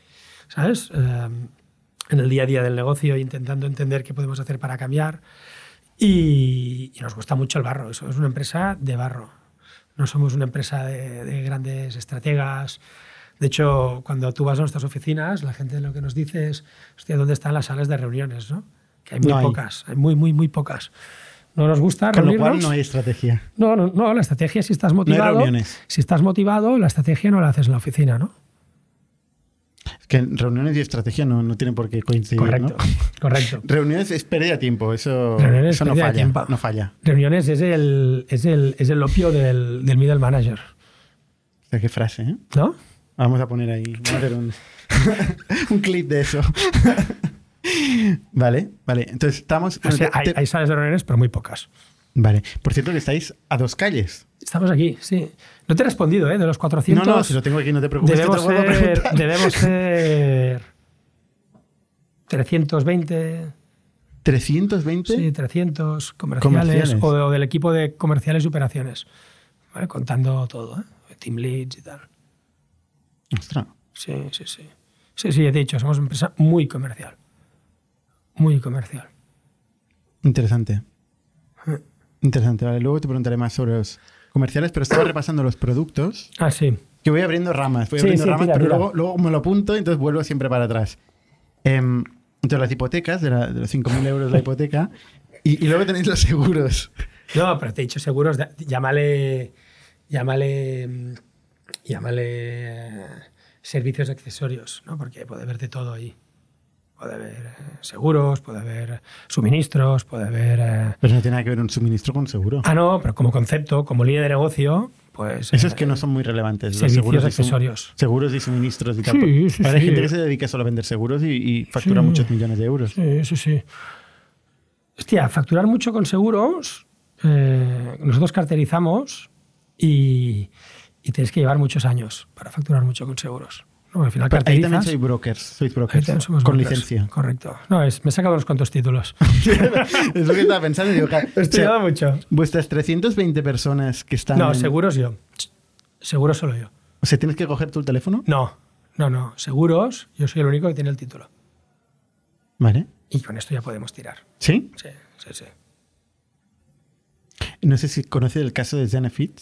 D: ¿sabes? Eh, en el día a día del negocio, intentando entender qué podemos hacer para cambiar. Y, y nos gusta mucho el barro, eso es una empresa de barro. No somos una empresa de, de grandes estrategas. De hecho, cuando tú vas a nuestras oficinas, la gente lo que nos dice es, hostia, ¿dónde están las salas de reuniones? ¿no? Que hay muy
A: No hay.
D: pocas, hay muy, muy, muy pocas. No nos gusta
A: Con lo
D: reunirnos.
A: cual no hay estrategia.
D: No, no, no, la estrategia si estás motivado.
A: reuniones.
D: Si estás motivado, la estrategia no la haces en la oficina, ¿no?
A: Es que reuniones y estrategia no, no tienen por qué coincidir.
D: correcto,
A: ¿no?
D: correcto.
A: Reuniones es pérdida de tiempo, eso,
D: Reuniones
A: eso no,
D: pérdida de
A: falla,
D: tiempo.
A: no falla.
D: Reuniones es el, es el, es el opio del, del middle manager,
A: O sea, qué frase, ¿eh?
D: ¿no?
A: Vamos a poner ahí, vamos a hacer un, un clip de eso. vale, vale. Entonces estamos.
D: O
A: bueno,
D: sea,
A: te-
D: hay,
A: te-
D: hay salas de reuniones, pero muy pocas.
A: Vale. Por cierto, que estáis a dos calles.
D: Estamos aquí, sí. No te he respondido, ¿eh? De los
A: No,
D: 400.
A: no, si lo tengo aquí, no te preocupes. que te
D: debemos,
A: lo vuelvo a
D: ser,
A: preguntar.
D: debemos ser 320,
A: 320.
D: sí, 300 comerciales,
A: Comerciales.
D: O, o del equipo de comerciales y operaciones, ¿vale? contando todo, ¿eh? team leads y tal.
A: Ostras.
D: Sí, sí, sí. Sí, sí, ya te he dicho, somos una empresa muy comercial. Muy comercial.
A: Interesante. Interesante, vale. Luego te preguntaré más sobre los comerciales, pero estaba repasando los productos.
D: Ah, sí.
A: Que voy abriendo ramas, voy
D: Sí,
A: abriendo
D: sí,
A: ramas,
D: tira,
A: pero
D: tira.
A: Luego, luego me lo apunto y entonces vuelvo siempre para atrás. Em, entonces las hipotecas, de, la- de los 5.000 euros la hipoteca, y, y luego tenéis los seguros.
D: No, pero te he dicho seguros, da- llámale, llámale, mm, llámale eh, servicios de accesorios, ¿no? Porque puede haber de todo ahí. Puede haber eh, seguros, puede haber suministros, puede haber... eh,
A: Pero no tiene nada que ver un suministro con un seguro.
D: Ah, no, pero como concepto, como línea de negocio, pues...
A: Esos
D: eh,
A: que no son muy relevantes. los
D: servicios,
A: seguros y sum-
D: accesorios.
A: Seguros y suministros y tal.
D: Sí, sí,
A: Ahora hay
D: sí.
A: gente que se dedica solo a vender seguros y, y factura
D: Sí.
A: muchos millones de euros.
D: Sí, sí, sí. Hostia, facturar mucho con seguros, eh, nosotros carterizamos y, y tienes que llevar muchos años para facturar mucho con seguros. ¿no? Al final
A: Pero ahí también
D: carterizas,
A: soy brokers, sois
D: ahí
A: brokers,
D: también somos
A: con
D: brokers.
A: licencia.
D: Correcto. No, es, me he sacado unos cuantos títulos.
A: es lo que estaba pensando. y Digo, ja,
D: He
A: o sea,
D: estudiado mucho.
A: vuestras 320 personas que están.
D: No,
A: en-
D: seguros yo. Seguros solo yo.
A: O sea, tienes que coger tu teléfono.
D: No, no, no. Seguros, yo soy el único que tiene el título.
A: Vale.
D: Y con esto ya podemos tirar.
A: Sí.
D: Sí, sí, sí.
A: No sé si conoces el caso de Zenefit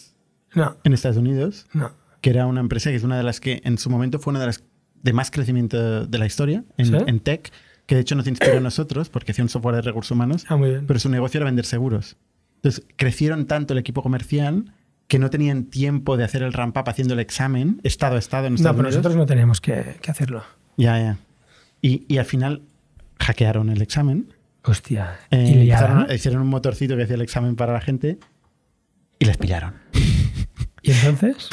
D: No,
A: en Estados Unidos,
D: no.
A: que era una empresa que es una de las que en su momento fue una de las de más crecimiento de la historia en,
D: ¿Sí?
A: en tech, que de hecho nos inspiró a nosotros porque hacía un software de recursos humanos.
D: Ah, muy bien.
A: pero su negocio era vender seguros. Entonces, crecieron tanto el equipo comercial que no tenían tiempo de hacer el ramp-up haciendo el examen, estado a estado en
D: no,
A: Estados
D: pero
A: Unidos.
D: nosotros no tenemos que, que hacerlo.
A: Ya, ya. Y, y al final hackearon el examen.
D: Hostia.
A: eh,
D: y liada,
A: empezaron-
D: ¿no?
A: Hicieron un motorcito que hacía el examen para la gente y les pillaron.
D: ¿Y entonces?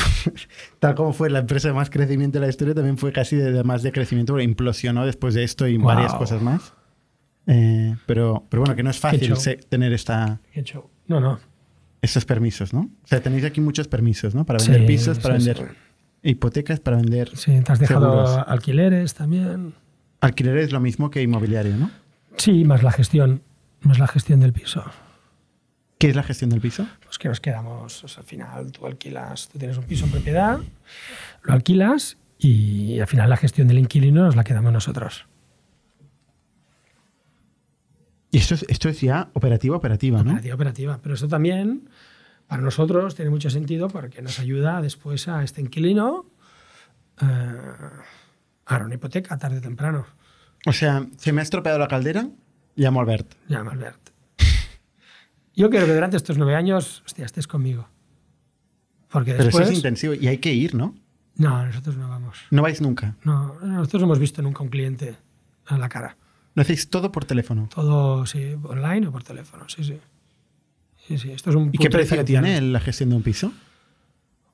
A: Tal como fue la empresa de más crecimiento de la historia, también fue casi de, de más de crecimiento, porque implosionó después de esto y
D: Wow.
A: varias cosas más. Eh, pero, pero bueno, que no es fácil
D: show.
A: se- tener esta,
D: Qué show. No, no.
A: Estos permisos, ¿no? O sea, tenéis aquí muchos permisos, ¿no? Para vender
D: Sí,
A: pisos, para
D: sí,
A: vender hipotecas, para vender...
D: Sí, te has dejado
A: Seguros.
D: alquileres también.
A: Alquiler es lo mismo que inmobiliario, ¿no?
D: Sí, más la gestión. Más la gestión del piso.
A: ¿Qué es la gestión del piso?
D: Pues que nos quedamos. o sea, al final tú alquilas, tú tienes un piso en propiedad, lo alquilas y al final la gestión del inquilino nos la quedamos nosotros.
A: Y esto es, esto es ya operativa, operativa, ¿no?
D: Operativa, operativa. Pero esto también para nosotros tiene mucho sentido porque nos ayuda después a este inquilino eh, a dar una hipoteca tarde o temprano.
A: O sea, se me ha estropeado la caldera, llamo a Albert.
D: Llama Albert. Yo quiero que durante estos nueve años hostia, estés conmigo. Porque
A: Pero
D: después.
A: eso es intensivo y hay que ir, ¿no?
D: no, nosotros no vamos.
A: No vais nunca.
D: No, nosotros no hemos visto nunca un cliente a la cara.
A: Lo hacéis todo por teléfono.
D: Todo sí, online o por teléfono. Sí, sí. Sí, sí. Esto es un
A: ¿Y qué
D: punto
A: precio
D: diferencial.
A: tiene la gestión de un piso?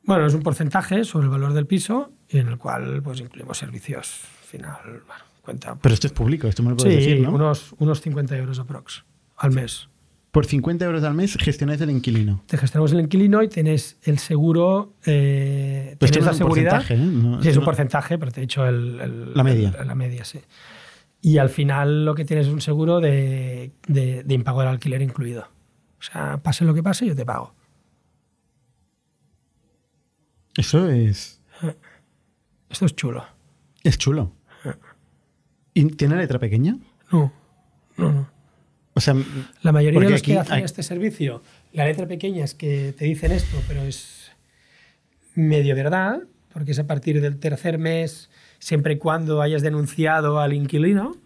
D: Bueno, es un porcentaje sobre el valor del piso y en el cual pues incluimos servicios. Al Final, bueno, cuenta.
A: Pero esto es público, esto me lo
D: sí,
A: puedes decir, ¿no?
D: unos, unos 50 euros aprox al mes.
A: Por 50 euros al mes gestionáis el inquilino.
D: te gestionamos el inquilino y tenés el seguro, eh,
A: Pues
D: tenés
A: esto
D: la
A: es un
D: seguridad.
A: porcentaje, ¿eh? No-
D: Sí, es
A: no-
D: un porcentaje, pero te he dicho el, el-
A: La media.
D: el- la media, sí. Y al final lo que tienes es un seguro de, de- de impago del alquiler incluido. O sea, pase lo que pase, yo te pago.
A: Eso es...
D: Esto es chulo.
A: Es chulo. ¿Y tiene letra pequeña?
D: No, no, no.
A: O sea,
D: La mayoría
A: Porque
D: de los
A: aquí
D: que hacen
A: hay-
D: este servicio, la letra pequeña es que te dicen esto, pero es medio verdad, porque es a partir del tercer mes, siempre y cuando hayas denunciado al inquilino,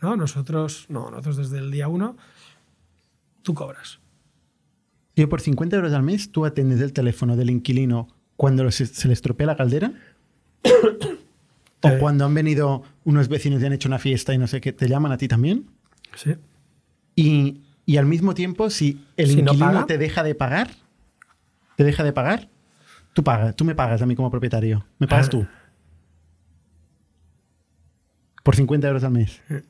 D: ¿no? Nosotros, no, nosotros desde el día uno, tú cobras.
A: yo por 50 euros al mes tú atiendes el teléfono del inquilino cuando lo- se, se le estropea la caldera. o cuando han venido unos vecinos y han hecho una fiesta y no sé qué, te llaman a ti también.
D: Sí.
A: Y, y al mismo tiempo, si el
D: Si no
A: inquilino
D: paga.
A: te deja de pagar, te deja de pagar, tú pagas, tú me pagas a mí como propietario. Me pagas
D: Ah.
A: tú. Por 50 euros al mes.
D: Eh.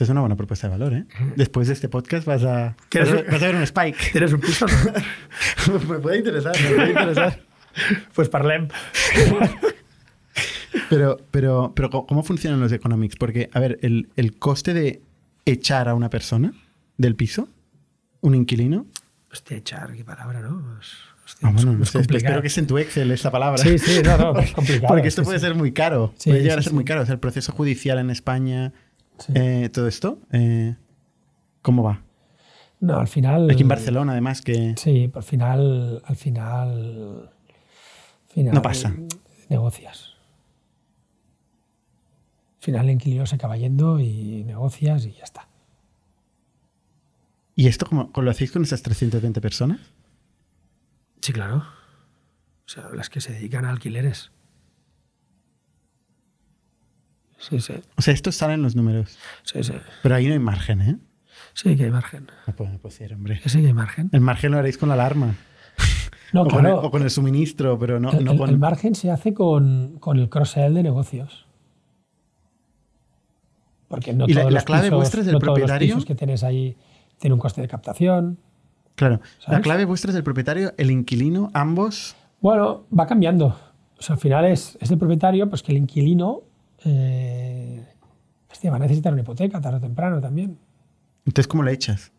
A: Es una buena propuesta de valor, ¿eh? Después de este podcast vas a,
D: ¿Quieres
A: vas a,
D: un-
A: vas a ver un spike.
D: ¿Tienes un piso? no?
A: me puede interesar, me puede interesar.
D: pues parlem.
A: Pero, pero, pero ¿cómo- ¿cómo funcionan los economics? Porque, a ver, el, el coste de echar a una persona del piso, un inquilino.
D: Hostia, echar, qué palabra, ¿no? Es- hostia,
A: Ah,
D: es-
A: bueno, no
D: es
A: sé,
D: complicado.
A: espero que esté en tu Excel esta palabra.
D: Sí, sí, no, no, es complicado.
A: Porque esto
D: sí,
A: puede
D: sí.
A: ser muy caro.
D: Sí,
A: puede llegar a
D: sí,
A: ser
D: sí.
A: muy caro. O sea, el proceso judicial en España,
D: Sí.
A: eh, todo esto, eh, ¿cómo va?
D: No, al final.
A: Aquí en Barcelona, además, que
D: Sí, al final. Al final. al final
A: No pasa.
D: Negocias. Al final el inquilino se acaba yendo y negocias y ya está.
A: ¿Y esto cómo, cómo lo hacéis con esas 320 personas?
D: Sí, claro. O sea, las que se dedican a alquileres. Sí, sí,
A: O sea, estos salen los números.
D: sí, sí.
A: Pero ahí no hay margen, ¿eh?
D: Sí que hay margen.
A: No puedo puedo decir, hombre.
D: Sí que hay margen.
A: El margen lo haréis con la alarma.
D: No,
A: o, con el,
D: claro.
A: o con el suministro, pero no,
D: el,
A: no
D: el-
A: con.
D: el margen se hace con, con el cross-sell de negocios. Porque no
A: Y la-
D: todos
A: la
D: los
A: clave
D: pisos-
A: vuestra es del
D: no todos los
A: propietario.
D: pisos que tienes ahí tienen un coste de captación.
A: Claro. La
D: ¿Sabes?
A: clave vuestra es el propietario, el inquilino, ambos.
D: Bueno, va cambiando. O sea, al final es, es el propietario, pues que el inquilino eh, hostia, va a necesitar una hipoteca tarde o temprano también.
A: Entonces, ¿cómo lo echas?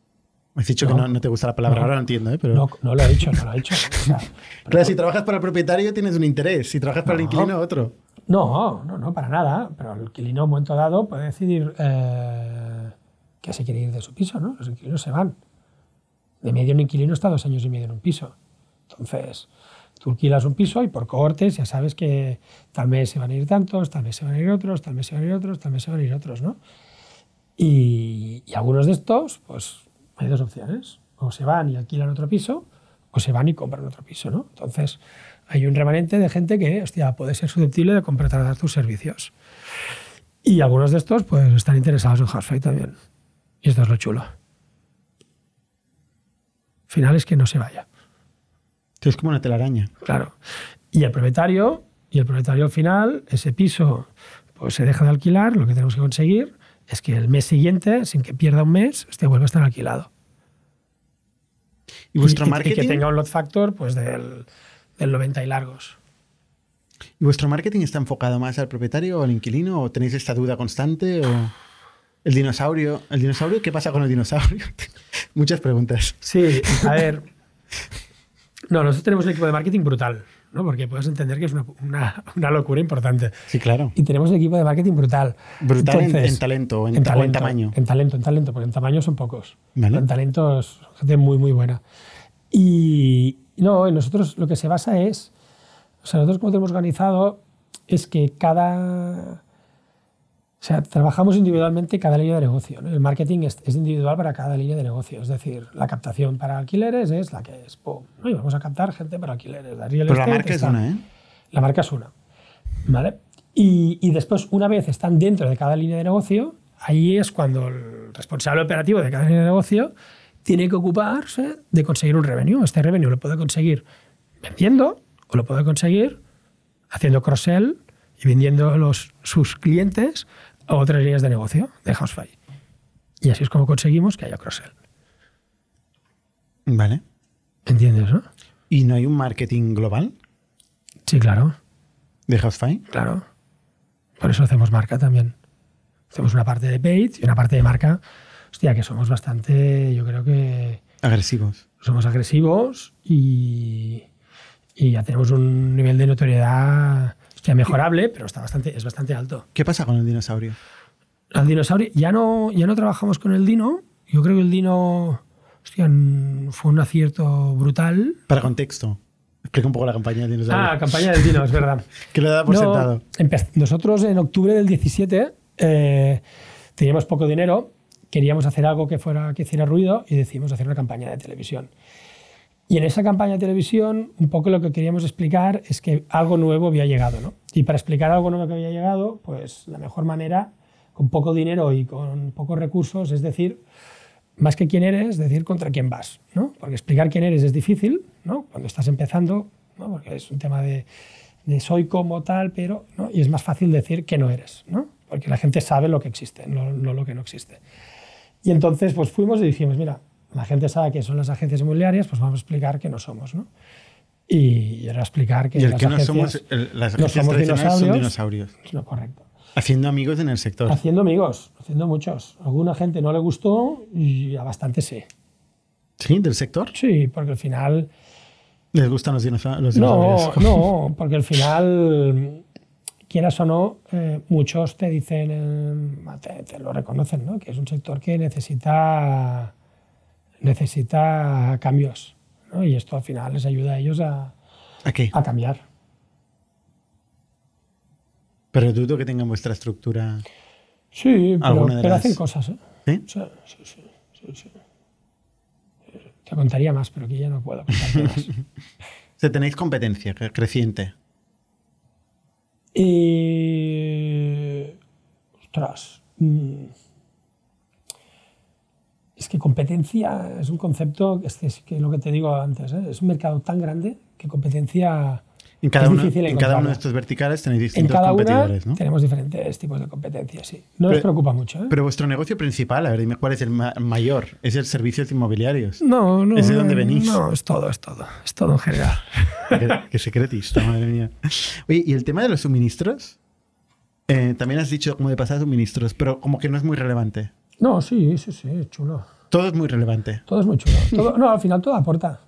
A: Me has dicho que
D: No.
A: no, no te gusta la palabra,
D: No.
A: ahora lo entiendo, ¿eh? Pero...
D: No, no lo ha hecho, no lo ha hecho. O sea,
A: Claro, si trabajas para el propietario tienes un interés, si trabajas para el
D: No.
A: inquilino otro.
D: no, no, no, para nada. Pero el inquilino en un momento dado puede decidir eh, que se quiere ir de su piso, ¿no? Los inquilinos se van. De medio un inquilino está dos años y medio en un piso. Entonces, tú alquilas un piso y por cohortes ya sabes que tal vez se van a ir tantos, tal vez se van a ir otros, tal vez se van a ir otros, tal vez se van a ir otros, ¿no? Y, y algunos de estos, pues hay dos opciones. O se van y alquilan otro piso, o se van y compran otro piso, ¿no? Entonces, hay un remanente de gente que, hostia, puede ser susceptible de contratar tus servicios. Y algunos de estos, pues, están interesados en Housefly también. Y esto es lo chulo. Al final es que no se vaya.
A: Entonces, es como una telaraña.
D: Claro. Y el propietario, y el propietario al final, ese piso, pues se deja de alquilar. Lo que tenemos que conseguir es que el mes siguiente, sin que pierda un mes, este vuelva a estar alquilado.
A: Y vuestro
D: Y- y- y
A: marketing.
D: que tenga un lot factor pues del, del 90 y largos.
A: ¿Y vuestro marketing está enfocado más al propietario o al inquilino? ¿O tenéis esta duda constante? ¿O el dinosaurio? ¿El dinosaurio? ¿Qué pasa con el dinosaurio? Muchas preguntas.
D: Sí, a ver. No, nosotros tenemos un equipo de marketing brutal, ¿no? Porque puedes entender que es una, una- una locura importante.
A: Sí, claro.
D: Y tenemos un equipo de marketing brutal.
A: Brutal en-
D: Entonces,
A: en talento, o en ta- o en tamaño.
D: En talento, en talento, porque en tamaño son pocos.
A: Vale.
D: En talento es gente muy, muy buena. Y no, en nosotros lo que se basa es, o sea, nosotros como tenemos organizado es que cada, o sea, trabajamos individualmente cada línea de negocio. ¿no? El marketing es, es individual para cada línea de negocio. Es decir, la captación para alquileres es la que es. pum, ¿no? Y vamos a captar gente para alquileres. La
A: Pero
D: real
A: la
D: estate
A: marca es
D: está-
A: una, ¿eh?
D: la marca es una. ¿Vale? Y, y después, una vez están dentro de cada línea de negocio, ahí es cuando el responsable operativo de cada línea de negocio tiene que ocuparse de conseguir un revenue. Este revenue lo puede conseguir vendiendo o lo puede conseguir haciendo cross-sell y vendiendo los, sus clientes a otras líneas de negocio de Housefly. Y así es como conseguimos que haya cross-sell.
A: Vale.
D: ¿Entiendes, no?
A: ¿Y no hay un marketing global
D: Sí, claro.
A: de Housefy?
D: Claro. Por eso hacemos marca también. Hacemos una parte de paid y una parte de marca. Hostia, que somos bastante, yo creo que
A: Agresivos.
D: somos agresivos y, y ya tenemos un nivel de notoriedad hostia, mejorable, pero está bastante, es bastante alto.
A: ¿Qué pasa con el dinosaurio?
D: Al dinosaurio, ya no, ya no trabajamos con el dino. Yo creo que el dino hostia, n- fue un acierto brutal.
A: Para contexto, explica un poco la campaña del dinosaurio.
D: Ah, campaña del dino, es verdad.
A: que lo da por
D: No,
A: sentado.
D: empe- Nosotros en octubre del 17 eh, teníamos poco dinero, queríamos hacer algo que, fuera, que hiciera ruido y decidimos hacer una campaña de televisión. Y en esa campaña de televisión, un poco lo que queríamos explicar es que algo nuevo había llegado, ¿no? Y para explicar algo nuevo que había llegado, pues la mejor manera, con poco dinero y con pocos recursos, es decir, más que quién eres, decir contra quién vas, ¿no? Porque explicar quién eres es difícil, ¿no? Cuando estás empezando, ¿no? Porque es un tema de, de soy como tal, pero, ¿no? Y es más fácil decir que no eres, ¿no? Porque la gente sabe lo que existe, no, no lo que no existe. Y entonces, pues fuimos y dijimos, mira, la gente sabe que son las agencias inmobiliarias, pues vamos a explicar que no somos, ¿no? Y- y era explicar que
A: Y el
D: las
A: que no
D: agencias
A: somos, el- las
D: no
A: agencias
D: somos
A: tradicionales son
D: dinosaurios. Ah.
A: dinosaurios.
D: no correcto.
A: Haciendo amigos en el sector.
D: Haciendo amigos, haciendo muchos. Alguna gente no le gustó y a bastante sí.
A: ¿Sí? ¿Del sector?
D: Sí, porque al final
A: ¿Les gustan los, dinosa- los
D: Pues No,
A: dinosaurios?
D: no, porque al final, quieras o no, eh, muchos te dicen, eh, te, te lo reconocen, ¿no? que es un sector que necesita, necesita cambios. ¿no? Y esto al final les ayuda a ellos a,
A: ¿A qué?
D: a cambiar.
A: Pero dudo que tengan vuestra estructura.
D: Sí, pero,
A: Alguna de
D: pero
A: las-
D: hacen cosas. ¿eh?
A: ¿Sí?
D: Sí, sí, sí, sí, sí. Te contaría más, pero aquí ya no puedo contarte más.
A: O sea, tenéis competencia cre- creciente.
D: Y. Ostras. mm, Es que competencia es un concepto, es que es que lo que te digo antes, ¿eh? es un mercado tan grande que competencia.
A: En cada,
D: Es
A: uno,
D: difícil
A: en cada uno
D: encontrarla.
A: de estos verticales tenéis
D: En
A: distintos
D: cada una
A: competidores, ¿no?
D: tenemos diferentes tipos de competencia, sí. No nos
A: Pero-
D: preocupa mucho. ¿eh?
A: Pero vuestro negocio principal, a ver, dime cuál es el ma- mayor. Es el servicios inmobiliarios.
D: no, no.
A: ¿Es de
D: no,
A: dónde venís?
D: No, es todo, es todo. Es todo en general.
A: Qué qué secretista, madre mía. Oye, y el tema de los suministros. Eh, también has dicho como de pasada suministros, pero como que no es muy relevante.
D: No, sí, sí, sí, es chulo.
A: Todo es muy relevante,
D: Todo es muy chulo. Todo- no, al final todo aporta.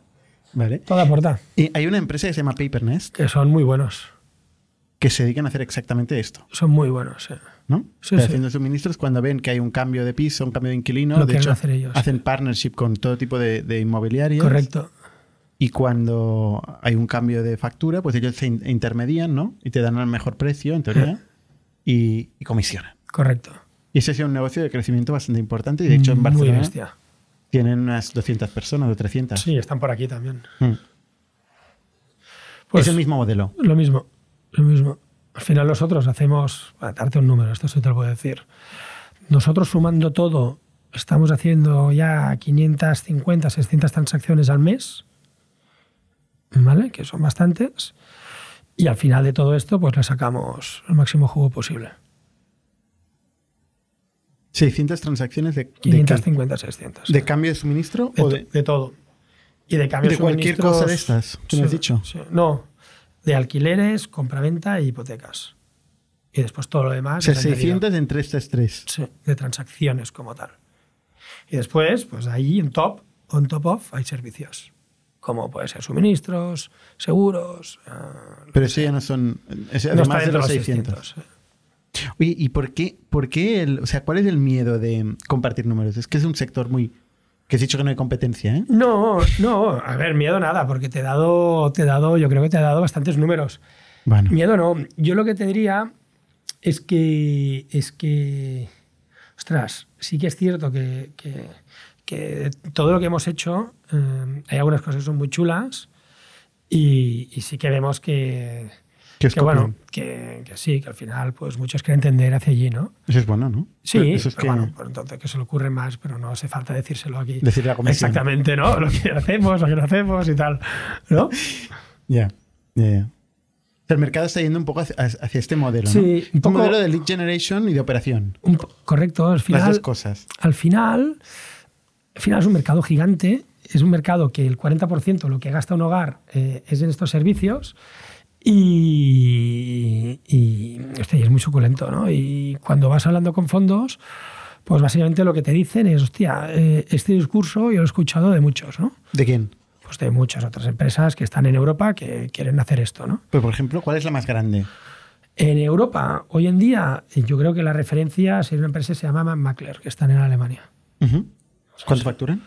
A: ¿vale?
D: Todo aporta.
A: Y hay una empresa que se llama Papernest
D: Que son muy buenos.
A: que se dedican a hacer exactamente esto,
D: Son muy buenos. eh.
A: ¿no?
D: Sí,
A: O sea,
D: sí.
A: Haciendo suministros cuando ven que hay un cambio de piso, un cambio de inquilino,
D: Lo
A: de
D: quieren
A: hecho,
D: hacer ellos.
A: hacen partnership con todo tipo de, de inmobiliarias.
D: Correcto.
A: Y cuando hay un cambio de factura, pues ellos se in- intermedian, ¿no? Y te dan el mejor precio, en teoría, y, y comisionan.
D: Correcto.
A: Y ese ha sido un negocio de crecimiento bastante importante. Y de hecho, en Barcelona ¿eh?
D: Mm, Muy bestia.
A: tienen unas 200 personas o 300.
D: Sí, están por aquí también.
A: Mm.
D: Pues
A: es el mismo modelo.
D: Lo mismo, lo mismo. Al final nosotros hacemos, para darte un número, esto sí te lo puedo decir. Nosotros sumando todo, estamos haciendo ya 550, 600 transacciones al mes, ¿vale? Que son bastantes. Y al final de todo esto, pues le sacamos el máximo jugo posible.
A: 600 transacciones de, de ca-
D: 550, 600.
A: de cambio de suministro
D: De
A: o
D: to-
A: de,
D: de todo. Y de cambio
A: de cualquier
D: suministros-
A: cosa de estas que me has
D: Sí,
A: dicho.
D: sí. No, de alquileres, compraventa e hipotecas. Y después todo lo
A: O
D: demás.
A: sea,
D: es añadido.
A: 600 en 333.
D: Sí, de transacciones como tal. Y después, pues ahí en top, on top of, hay servicios. Como puede ser suministros, seguros. eh,
A: Pero eso ya no son. es
D: no
A: Además
D: está
A: de
D: dentro
A: los
D: de
A: 600.
D: 600, eh.
A: Oye, ¿y por qué, por qué el, o sea, cuál es el miedo de compartir números? Es que es un sector muy. que has dicho que no hay competencia, ¿eh?
D: No, no, a ver, miedo nada, porque te he dado, te he dado, yo creo que te he dado bastantes números.
A: Bueno.
D: Miedo no. Yo lo que te diría es que. Es que. Ostras, sí que es cierto que, que- que todo lo que hemos hecho, eh, hay algunas cosas que son muy chulas y, y sí que vemos que.
A: Que os
D: que,
A: copian.
D: bueno, que, que sí, que al final pues muchos quieren tender hacia allí, ¿no?
A: Eso es bueno, ¿no?
D: Sí,
A: Eso es
D: pero
A: que-
D: bueno, pues entonces que se le ocurre más, pero no hace falta decírselo aquí.
A: Decirle a la comisión.
D: Exactamente, ¿no? Lo que hacemos, lo que no hacemos y tal, ¿no?
A: Ya, ya, ya. O sea, El mercado está yendo un poco hacia, hacia este modelo,
D: Sí,
A: ¿no?
D: un
A: Un
D: poco-
A: modelo de lead generation y de operación.
D: Un po- correcto, al final.
A: Las dos cosas.
D: al final, al final es un mercado gigante, es un mercado que el 40% lo que gasta un hogar eh, es en estos servicios y, y, hostia, y es muy suculento, ¿no? Y cuando vas hablando con fondos, pues básicamente lo que te dicen es, hostia, eh, este discurso yo lo he escuchado de muchos, ¿no?
A: ¿De quién?
D: Pues de muchas otras empresas que están en Europa que quieren hacer esto, ¿no?
A: Pero, Pues, por ejemplo, ¿cuál es la más grande?
D: En Europa, hoy en día, yo creo que la referencia es una empresa que se llama Mackler, que están en Alemania.
A: Ujú. ¿Cuánto facturan?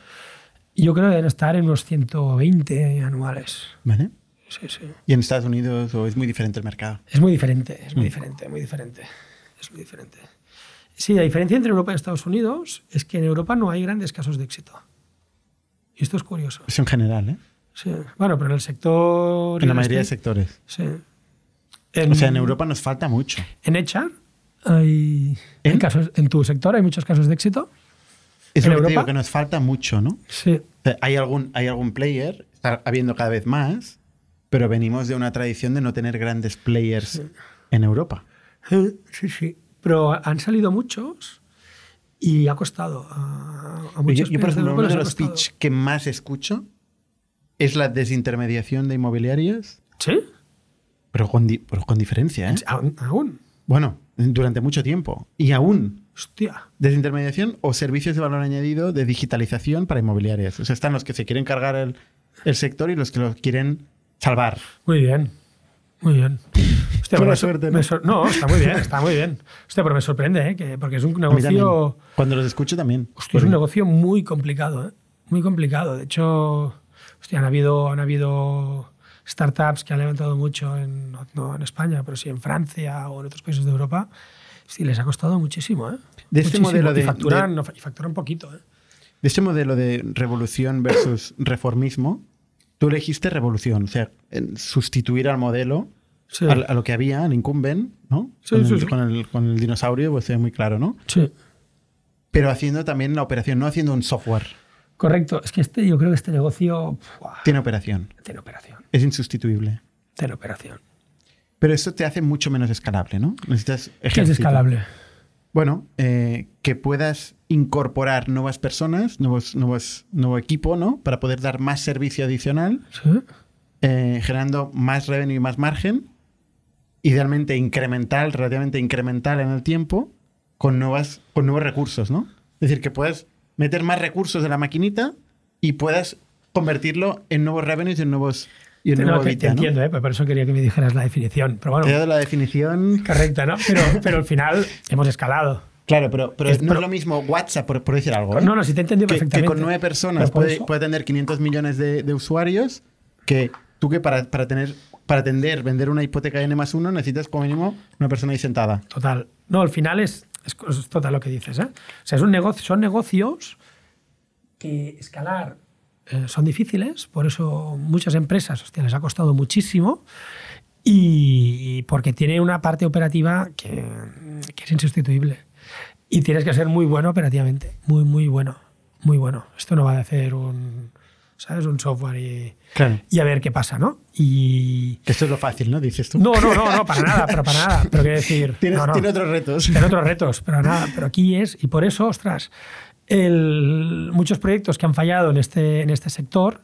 D: Yo creo que deben estar en unos 120 anuales.
A: ¿Vale?
D: Sí, sí.
A: ¿Y en Estados Unidos o es muy diferente el mercado?
D: Es muy diferente, es muy
A: Mm.
D: diferente, muy diferente. Es muy diferente. Sí, la diferencia entre Europa y Estados Unidos es que en Europa no hay grandes casos de éxito. Y esto es curioso.
A: Eso en general, ¿eh?
D: Sí. Bueno, pero en el este. sector.
A: En la
D: real
A: mayoría de
D: estate,
A: sectores.
D: Sí.
A: O sea, en Europa nos falta mucho.
D: En HR hay.
A: ¿En?
D: hay casos, en tu sector hay muchos casos de éxito.
A: Es
D: ¿En
A: lo que te digo,
D: Europa?
A: que nos falta mucho, ¿no?
D: Sí.
A: O sea, hay algún, hay algún player, está habiendo cada vez más, pero venimos de una tradición de no tener grandes players en Europa.
D: Eh, Sí, sí. Pero han salido muchos y ha costado a, a
A: Yo,
D: muchos.
A: yo, por
D: países
A: ejemplo,
D: de Europa
A: uno
D: les
A: de
D: ha
A: los
D: costado.
A: pitch que más escucho es la desintermediación de inmobiliarias,
D: ¿Sí?
A: pero con, di- pero con diferencia. ¿eh?
D: ¿Aún? aún.
A: Bueno, durante mucho tiempo. Y aún.
D: Hostia.
A: Desintermediación o servicios de valor añadido de digitalización para inmobiliarias. O sea, están los que se quieren cargar el, el sector y los que lo quieren salvar.
D: Muy bien. Muy bien.
A: Buena
D: Hostia, pero me
A: suerte,
D: sor-
A: ¿no?
D: me sor- ¿no? está muy bien, está muy bien. Hostia, pero me sorprende, ¿eh? Que- porque es un
A: A mí también.
D: negocio.
A: Cuando los escucho también.
D: Hostia, es un negocio muy complicado, ¿eh? muy complicado. De hecho, hostia, han habido, han habido startups que han levantado mucho, en, no en España, pero sí en Francia o en otros países de Europa. Sí, les ha costado muchísimo. ¿eh?
A: De este
D: Muchísimo.
A: modelo de-
D: y facturan, no, y facturan poquito. ¿eh?
A: De este modelo de revolución versus reformismo, tú elegiste revolución, o sea, en sustituir al modelo,
D: Sí.
A: al- a, lo que había, al incumbent, ¿no?
D: Sí,
A: con,
D: sí,
A: el,
D: sí.
A: Con, el, con el dinosaurio, pues es muy claro, ¿no?
D: Sí.
A: Pero haciendo también la operación, no haciendo un software,
D: Correcto. Es que este, yo creo que este negocio ¡fua!
A: tiene operación,
D: tiene operación.
A: es insustituible.
D: Tiene operación.
A: Pero eso te hace mucho menos escalable, ¿no? Necesitas
D: ¿Qué es
A: ejército.
D: escalable?
A: Bueno, eh, que puedas incorporar nuevas personas, nuevos, nuevos, nuevo equipo, ¿no? Para poder dar más servicio adicional
D: Sí.
A: eh, generando más revenue y más margen, idealmente incremental, relativamente incremental en el tiempo, con, nuevas, con nuevos recursos, ¿no? Es decir, que puedas meter más recursos de la maquinita y puedas convertirlo en nuevos revenues y en nuevos... Y en
D: No,
A: nuevo
D: que- te
A: EBITDA, ¿no?
D: entiendo, ¿eh? Pero por eso quería que me dijeras la definición. Pero bueno,
A: Te he dado la definición.
D: correcta, ¿no? Pero, pero al final hemos escalado.
A: Claro, pero, pero
D: Es-
A: no es
D: pero-
A: lo mismo WhatsApp, por, por decir algo. ¿eh?
D: No, no, sí te he entendido
A: que, que
D: perfectamente.
A: con nueve personas
D: Pero por
A: puede,
D: eso-
A: puede tener 500 millones de, de usuarios, que tú que para, para tener para atender, vender una hipoteca N más uno necesitas como mínimo una persona ahí sentada.
D: Total. No, al final es, es, es total lo que dices. ¿eh? O sea, es un negocio, son negocios que escalar eh, son difíciles, por eso muchas empresas hostia, les ha costado muchísimo y porque tiene una parte operativa que, que es insustituible. Y tienes que ser muy bueno operativamente, muy, muy bueno, muy bueno. Esto no va a hacer un, ¿sabes? un software y,
A: Claro.
D: y a ver qué pasa, ¿no? Y...
A: Que esto es lo fácil, ¿no? Dices tú.
D: No, no, no, no, para nada, pero para nada. Pero quiero decir...
A: Tienes,
D: no, no.
A: tiene otros retos.
D: Tiene otros retos, pero nada, pero aquí es. Y por eso, ostras, el- muchos proyectos que han fallado en este, en este sector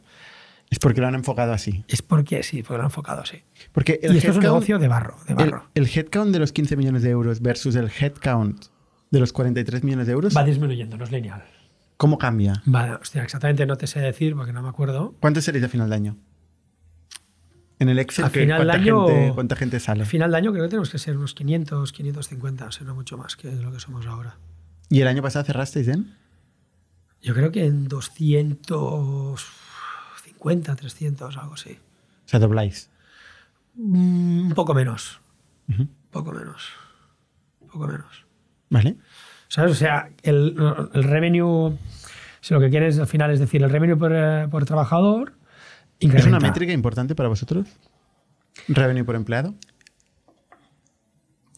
A: Es porque lo han enfocado así.
D: es porque sí, porque lo han enfocado así.
A: Porque
D: Y
A: el
D: esto es un
A: headcount-
D: negocio de barro, de
A: el,
D: barro.
A: el headcount de los 15 millones de euros versus el headcount de los 43 millones de euros,
D: Va disminuyendo, no es lineal.
A: ¿cómo cambia?
D: Vale, hostia, exactamente no te sé decir porque no me acuerdo.
A: ¿Cuánto seréis a final de año? En el Excel,
D: A
A: ¿qué-
D: final de
A: ¿cuánta,
D: año-
A: gente, ¿cuánta gente sale?
D: Al final de año creo que tenemos que ser unos 500, 550, o sea, no mucho más que lo que somos ahora.
A: ¿Y el año pasado cerrasteis Em? en?
D: Yo creo que en 250, 300, algo así.
A: O sea, dobláis.
D: Mm, Un poco menos,
A: Ujú.
D: un poco menos, un poco menos.
A: ¿Vale?
D: ¿Sabes? O sea, el, el revenue, si lo que quieres al final es decir, el revenue por, eh, por trabajador
A: ¿Es
D: incrementa.
A: una métrica importante para vosotros? ¿Revenue por empleado?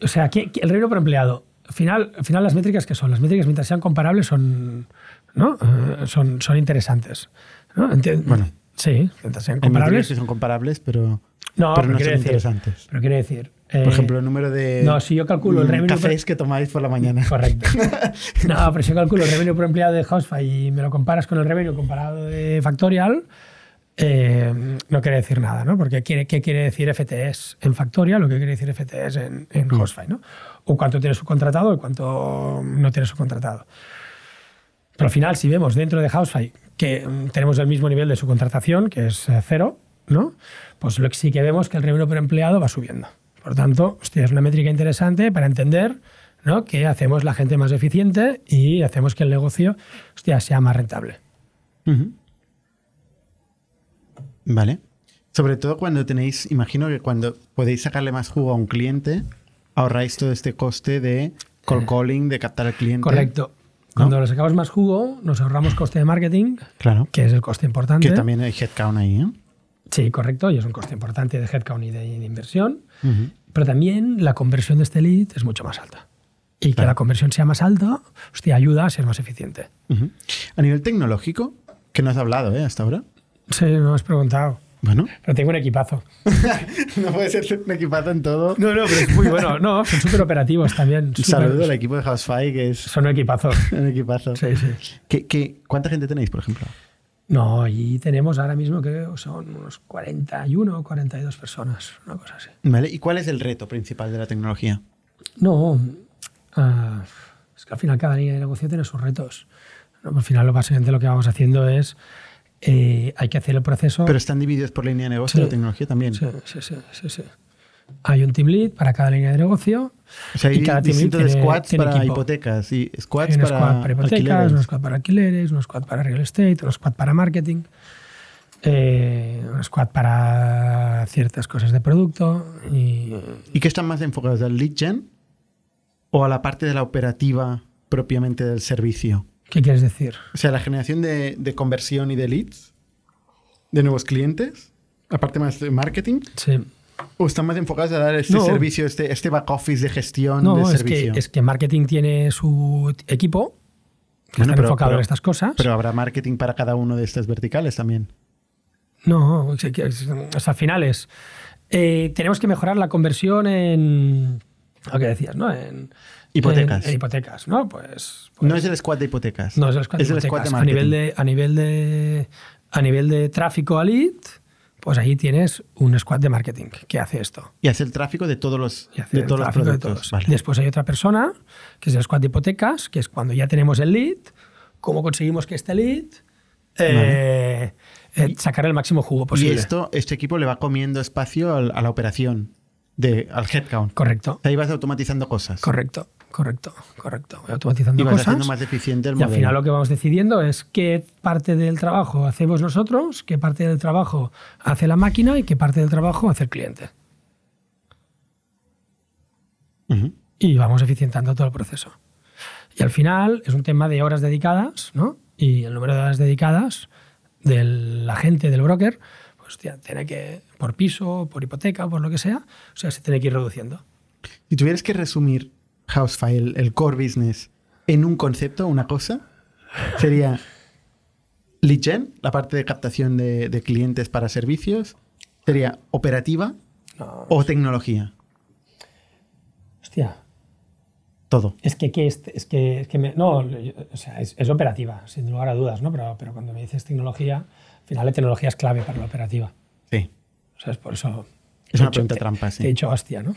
D: O sea, ¿qué- qué- el revenue por empleado. Al final, al final las métricas que son, las métricas mientras sean comparables son, ¿no? Eh, son, son interesantes. ¿no? Enti-
A: Bueno.
D: Sí, mientras sean
A: Hay métricas
D: comparables.
A: que son comparables, pero,
D: No,
A: pero no son
D: quiere decir-
A: interesantes.
D: Pero quiere decir. eh,
A: Por ejemplo, el número de
D: no, si yo calculo el
A: mm,
D: revenue
A: cafés que tomáis por la mañana.
D: Correcto. No, pero si yo calculo el revenue por empleado de Housefly y me lo comparas con el revenue comparado de Factorial, eh, no quiere decir nada, ¿no? Porque quiere, ¿qué quiere decir FTS en Factorial? Lo que quiere decir FTS en, en
A: Mm.
D: Housefly, ¿no? O cuánto tiene subcontratado y cuánto no tiene subcontratado. Pero al final, si vemos dentro de Housefly que mm, tenemos el mismo nivel de subcontratación, que es eh, cero, ¿no? Pues lo que sí que vemos que el revenue por empleado va subiendo. Por tanto, hostia, es una métrica interesante para entender ¿no? que hacemos la gente más eficiente y hacemos que el negocio hostia, sea más rentable.
A: Ujú. Vale. Sobre todo cuando tenéis, imagino que cuando podéis sacarle más jugo a un cliente, ahorráis todo este coste de call calling, de captar al cliente.
D: Eh. Correcto. Cuando le sacamos más jugo, nos ahorramos coste de marketing,
A: Claro.
D: que es el coste importante.
A: Que también hay headcount ahí, ¿eh?
D: Sí, correcto, y es un coste importante de headcount y de de inversión.
A: Ujú.
D: Pero también la conversión de este lead es mucho más alta. Y que
A: Claro.
D: la conversión sea más alta, hostia, ayuda a ser más eficiente.
A: Ujú. A nivel tecnológico, que no has hablado ¿eh? hasta ahora.
D: Sí, no has preguntado.
A: Bueno,
D: Pero tengo un equipazo.
A: no puede ser un equipazo en todo.
D: No, no, pero es muy bueno. No, son súper operativos también.
A: Un
D: súper-
A: saludo al equipo de Housefly, que es
D: Son equipazos.
A: un equipazo.
D: Sí, sí.
A: ¿Qué- qué- cuánta gente tenéis, por ejemplo?
D: No, allí tenemos ahora mismo que son unos 41 o 42 personas, una cosa así.
A: ¿Vale? ¿Y cuál es el reto principal de la tecnología?
D: No, ah, es que al final cada línea de negocio tiene sus retos. No, Al final, lo básicamente lo que vamos haciendo es, eh, hay que hacer el proceso.
A: Pero están divididos por línea de negocio
D: Sí.
A: la tecnología también.
D: Sí, sí, sí, sí, sí. Hay un team lead para cada línea de negocio.
A: O sea, hay
D: y cada team lead
A: distintos
D: tiene,
A: squads
D: tiene
A: para
D: equipo.
A: hipotecas y
D: Hay
A: squads
D: un
A: para,
D: squad para hipotecas,
A: alquileres.
D: un squad para alquileres, un squad para real estate, un squad para marketing, eh, un squad para ciertas cosas de producto. Y
A: ¿Y qué están más enfocados? ¿Al lead gen o a la parte de la operativa propiamente del servicio?
D: ¿Qué quieres decir?
A: O sea, la generación de, de conversión y de leads, de nuevos clientes, la parte más de marketing,
D: Sí.
A: o están más enfocados a dar este
D: No.
A: servicio, este, este back office de gestión
D: No,
A: de
D: es que,
A: servicio.
D: es que marketing tiene su equipo que
A: Bueno,
D: está
A: pero-
D: enfocado
A: pero-
D: en estas cosas.
A: Pero habrá marketing para cada uno de estas verticales también.
D: No, es que- es- o sea, al final es. eh, tenemos que mejorar la conversión en. Lo que decías, ¿no? En
A: Hipotecas.
D: en- en hipotecas, ¿no? Pues.
A: no es el squad de hipotecas.
D: No, es el squad de
A: el squad
D: hipotecas.
A: de
D: a, nivel
A: marketing.
D: de, a, nivel de, a nivel de tráfico a lead, pues ahí tienes un squad de marketing que hace esto.
A: Y hace el tráfico de todos los,
D: y hace
A: de
D: el
A: todos los
D: tráfico de
A: productos.
D: todos.
A: Vale.
D: Después hay otra persona, que es el squad de hipotecas, que es cuando ya tenemos el lead, cómo conseguimos que este lead eh, eh, sacar el máximo jugo posible.
A: Y esto, este equipo le va comiendo espacio al- a la operación, de, al headcount.
D: Correcto,
A: Ahí vas automatizando cosas.
D: correcto, correcto, correcto. Voy
A: Y
D: automatizando
A: vas haciendo
D: cosas.
A: más eficiente el
D: Y al
A: modelo.
D: final lo que vamos decidiendo es qué parte del trabajo hacemos nosotros, qué parte del trabajo hace la máquina y qué parte del trabajo hace el cliente.
A: Ujú.
D: y vamos eficientando todo el proceso. Y al final es un tema de horas dedicadas, ¿no? Y el número de horas dedicadas del agente, del broker, pues hostia, tiene que, por piso, por hipoteca, por lo que sea, o sea, se tiene que ir reduciendo.
A: Si tuvieras que resumir Housefile, el, el core business, en un concepto, una cosa, sería lead gen, la parte de captación de, de clientes para servicios, sería operativa
D: No,
A: o tecnología.
D: hostia,
A: Todo.
D: es que, que es, es que, es que me- no, yo- o sea, es, es operativa, sin lugar a dudas, ¿no? Pero, pero cuando me dices tecnología, al final la tecnología es clave para la operativa.
A: Sí.
D: O sea, es por eso...
A: Es una
D: te-
A: pregunta
D: te-
A: trampa, sí.
D: Te he dicho hostia, ¿no?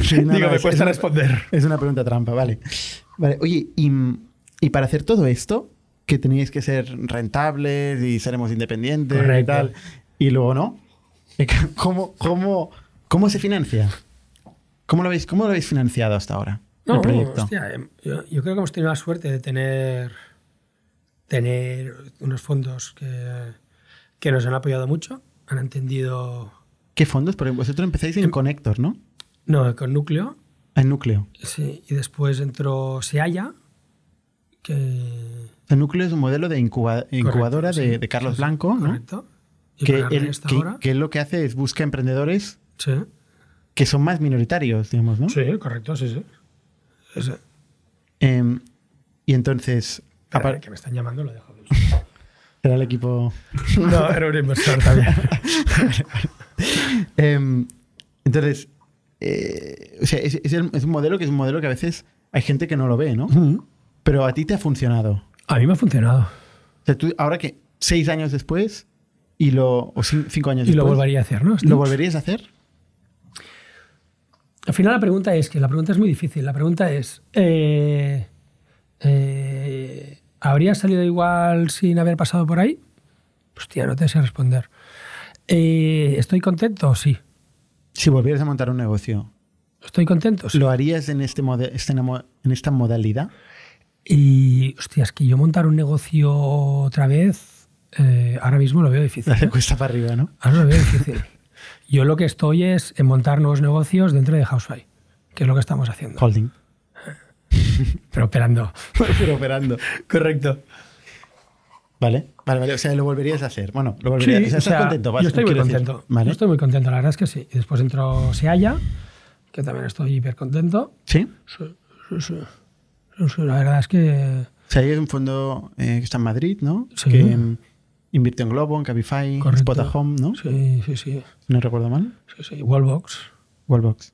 A: Sí, no, no, es- es una-
D: responder.
A: Es una pregunta trampa, vale. Vale, oye, y, y para hacer todo esto, que teníais que ser rentables y seremos independientes y
D: Correcto.
A: tal, y luego no, eh, ¿cómo, cómo, cómo se financia? ¿Cómo lo, habéis, ¿Cómo lo habéis financiado hasta ahora?
D: No,
A: el proyecto.
D: hostia, em, yo, yo creo que hemos tenido la suerte de tener, tener unos fondos que, que nos han apoyado mucho, han entendido,
A: ¿Qué fondos? Porque vosotros empezáis
D: Em-
A: en Connector, ¿no?
D: no, con núcleo,
A: En Núcleo.
D: sí, y después entró Seaya, que...
A: El Núcleo es un modelo de incuba- incubadora
D: correcto,
A: de,
D: sí,
A: de Carlos
D: sí, sí,
A: Blanco, ¿no?
D: Correcto. Y
A: Que,
D: con
A: él-
D: Ernest
A: que-
D: ahora,
A: que él lo que hace es busca emprendedores
D: sí,
A: que son más minoritarios, digamos, ¿no?
D: sí, correcto, sí, sí. Sí, sí.
A: Em, y entonces...
D: Espera,
A: apar-
D: que me están llamando, lo dejo.
A: Era el equipo.
D: No, era un inversor también.
A: Em, entonces, eh, o sea, es, es el- es un modelo que es un modelo que a veces hay gente que no lo ve, ¿no? Pero a ti te ha funcionado.
D: A mí me ha funcionado.
A: O sea, tú ahora que seis años después y lo, o cin- cinco años
D: Y lo
A: después,
D: volvería a hacer, ¿no?
A: ¿lo volverías a hacer?
D: Al final la pregunta es que la pregunta es muy difícil. La pregunta es, eh, eh, ¿habría salido igual sin haber pasado por ahí? Hostia, no te sé responder. Eh, ¿Estoy contento? Sí.
A: Si volvieras a montar un negocio,
D: ¿Estoy contento? Sí.
A: ¿lo harías en, este mode- este namo- en esta modalidad?
D: Y, hostia, es que yo montar un negocio otra vez, eh, ahora mismo lo veo difícil.
A: La
D: ¿eh?
A: cuesta para arriba, ¿no?
D: Ahora lo veo difícil. Yo lo que estoy es en montar nuevos negocios dentro de Housefly, que es lo que estamos haciendo.
A: Holding.
D: Pero operando.
A: Pero operando.
D: Correcto.
A: Vale, vale, vale. O sea, lo volverías a hacer. Bueno, lo volverías
D: Sí,
A: o sea,
D: o
A: estás
D: sea,
A: contento. vas,
D: Yo estoy muy
A: quiero decir.
D: contento.
A: Vale.
D: Yo estoy muy contento, la verdad es que sí. Y después entró Seaya, que también estoy hiper contento.
A: Sí.
D: Sí, sí, sí. Sí, sí, La verdad es que.
A: O sea, ahí es un fondo eh, que está en Madrid, ¿no?
D: Sí.
A: Que mm, invierte en Globo, en Cabify, en
D: Correcto.
A: Spotahome, ¿no?
D: Sí, sí, sí.
A: Si no recuerdo mal.
D: sí, sí. Wallbox.
A: Wallbox.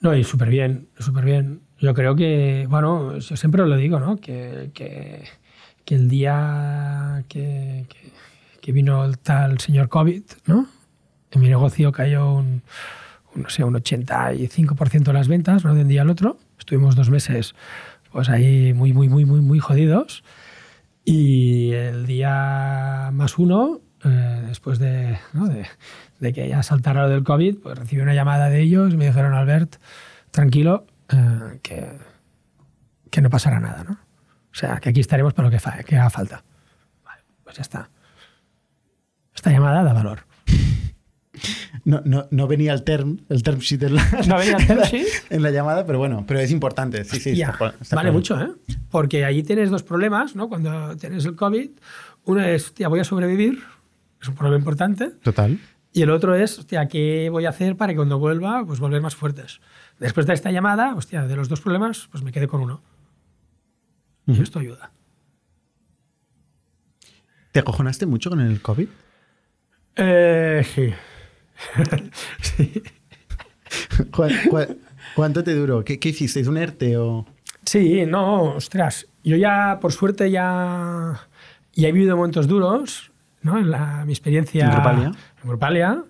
D: No, y súper bien, súper bien. Yo creo que, bueno, yo siempre lo digo, ¿no? Que, que, que el día que, que- que vino el tal señor COVID, ¿no? en mi negocio cayó un, un, no sé, un 85% de las ventas ¿no? de un día al otro. Estuvimos dos meses pues ahí muy, muy, muy, muy, muy jodidos. Y el día más uno, eh, después de, ¿no? de- de que ya saltara lo del COVID, pues recibí una llamada de ellos y me dijeron, Albert, tranquilo, eh, que, que no pasará nada, ¿no? O sea, que aquí estaremos para lo que, fa- que haga falta. Vale, pues ya está. Esta llamada da valor.
A: No, no, no venía el term, el term sheet en la,
D: No venía el term sheet.
A: en la llamada, pero bueno, pero es importante. Sí, sí,
D: Ya,
A: está por- está
D: vale
A: por-
D: mucho, ¿eh? Porque allí tienes dos problemas, ¿no? Cuando tienes el COVID, uno es, hostia, voy a sobrevivir, es un problema importante,
A: Total.
D: y el otro es, hostia, ¿qué voy a hacer para que cuando vuelva, pues volver más fuertes? Después de esta llamada, hostia, de los dos problemas, pues me quedé con uno. Y esto ayuda.
A: ¿Te acojonaste mucho con el COVID?
D: Eh, sí. sí.
A: ¿Cu- cu- cuánto te duró? ¿Qué, qué hicisteis? ¿Un ERTE o...?
D: Sí, no, ostras. Yo ya, por suerte, ya, ya he vivido momentos duros, ¿no? En la- mi experiencia.
A: ¿En Grupalia?
D: en Grupalia.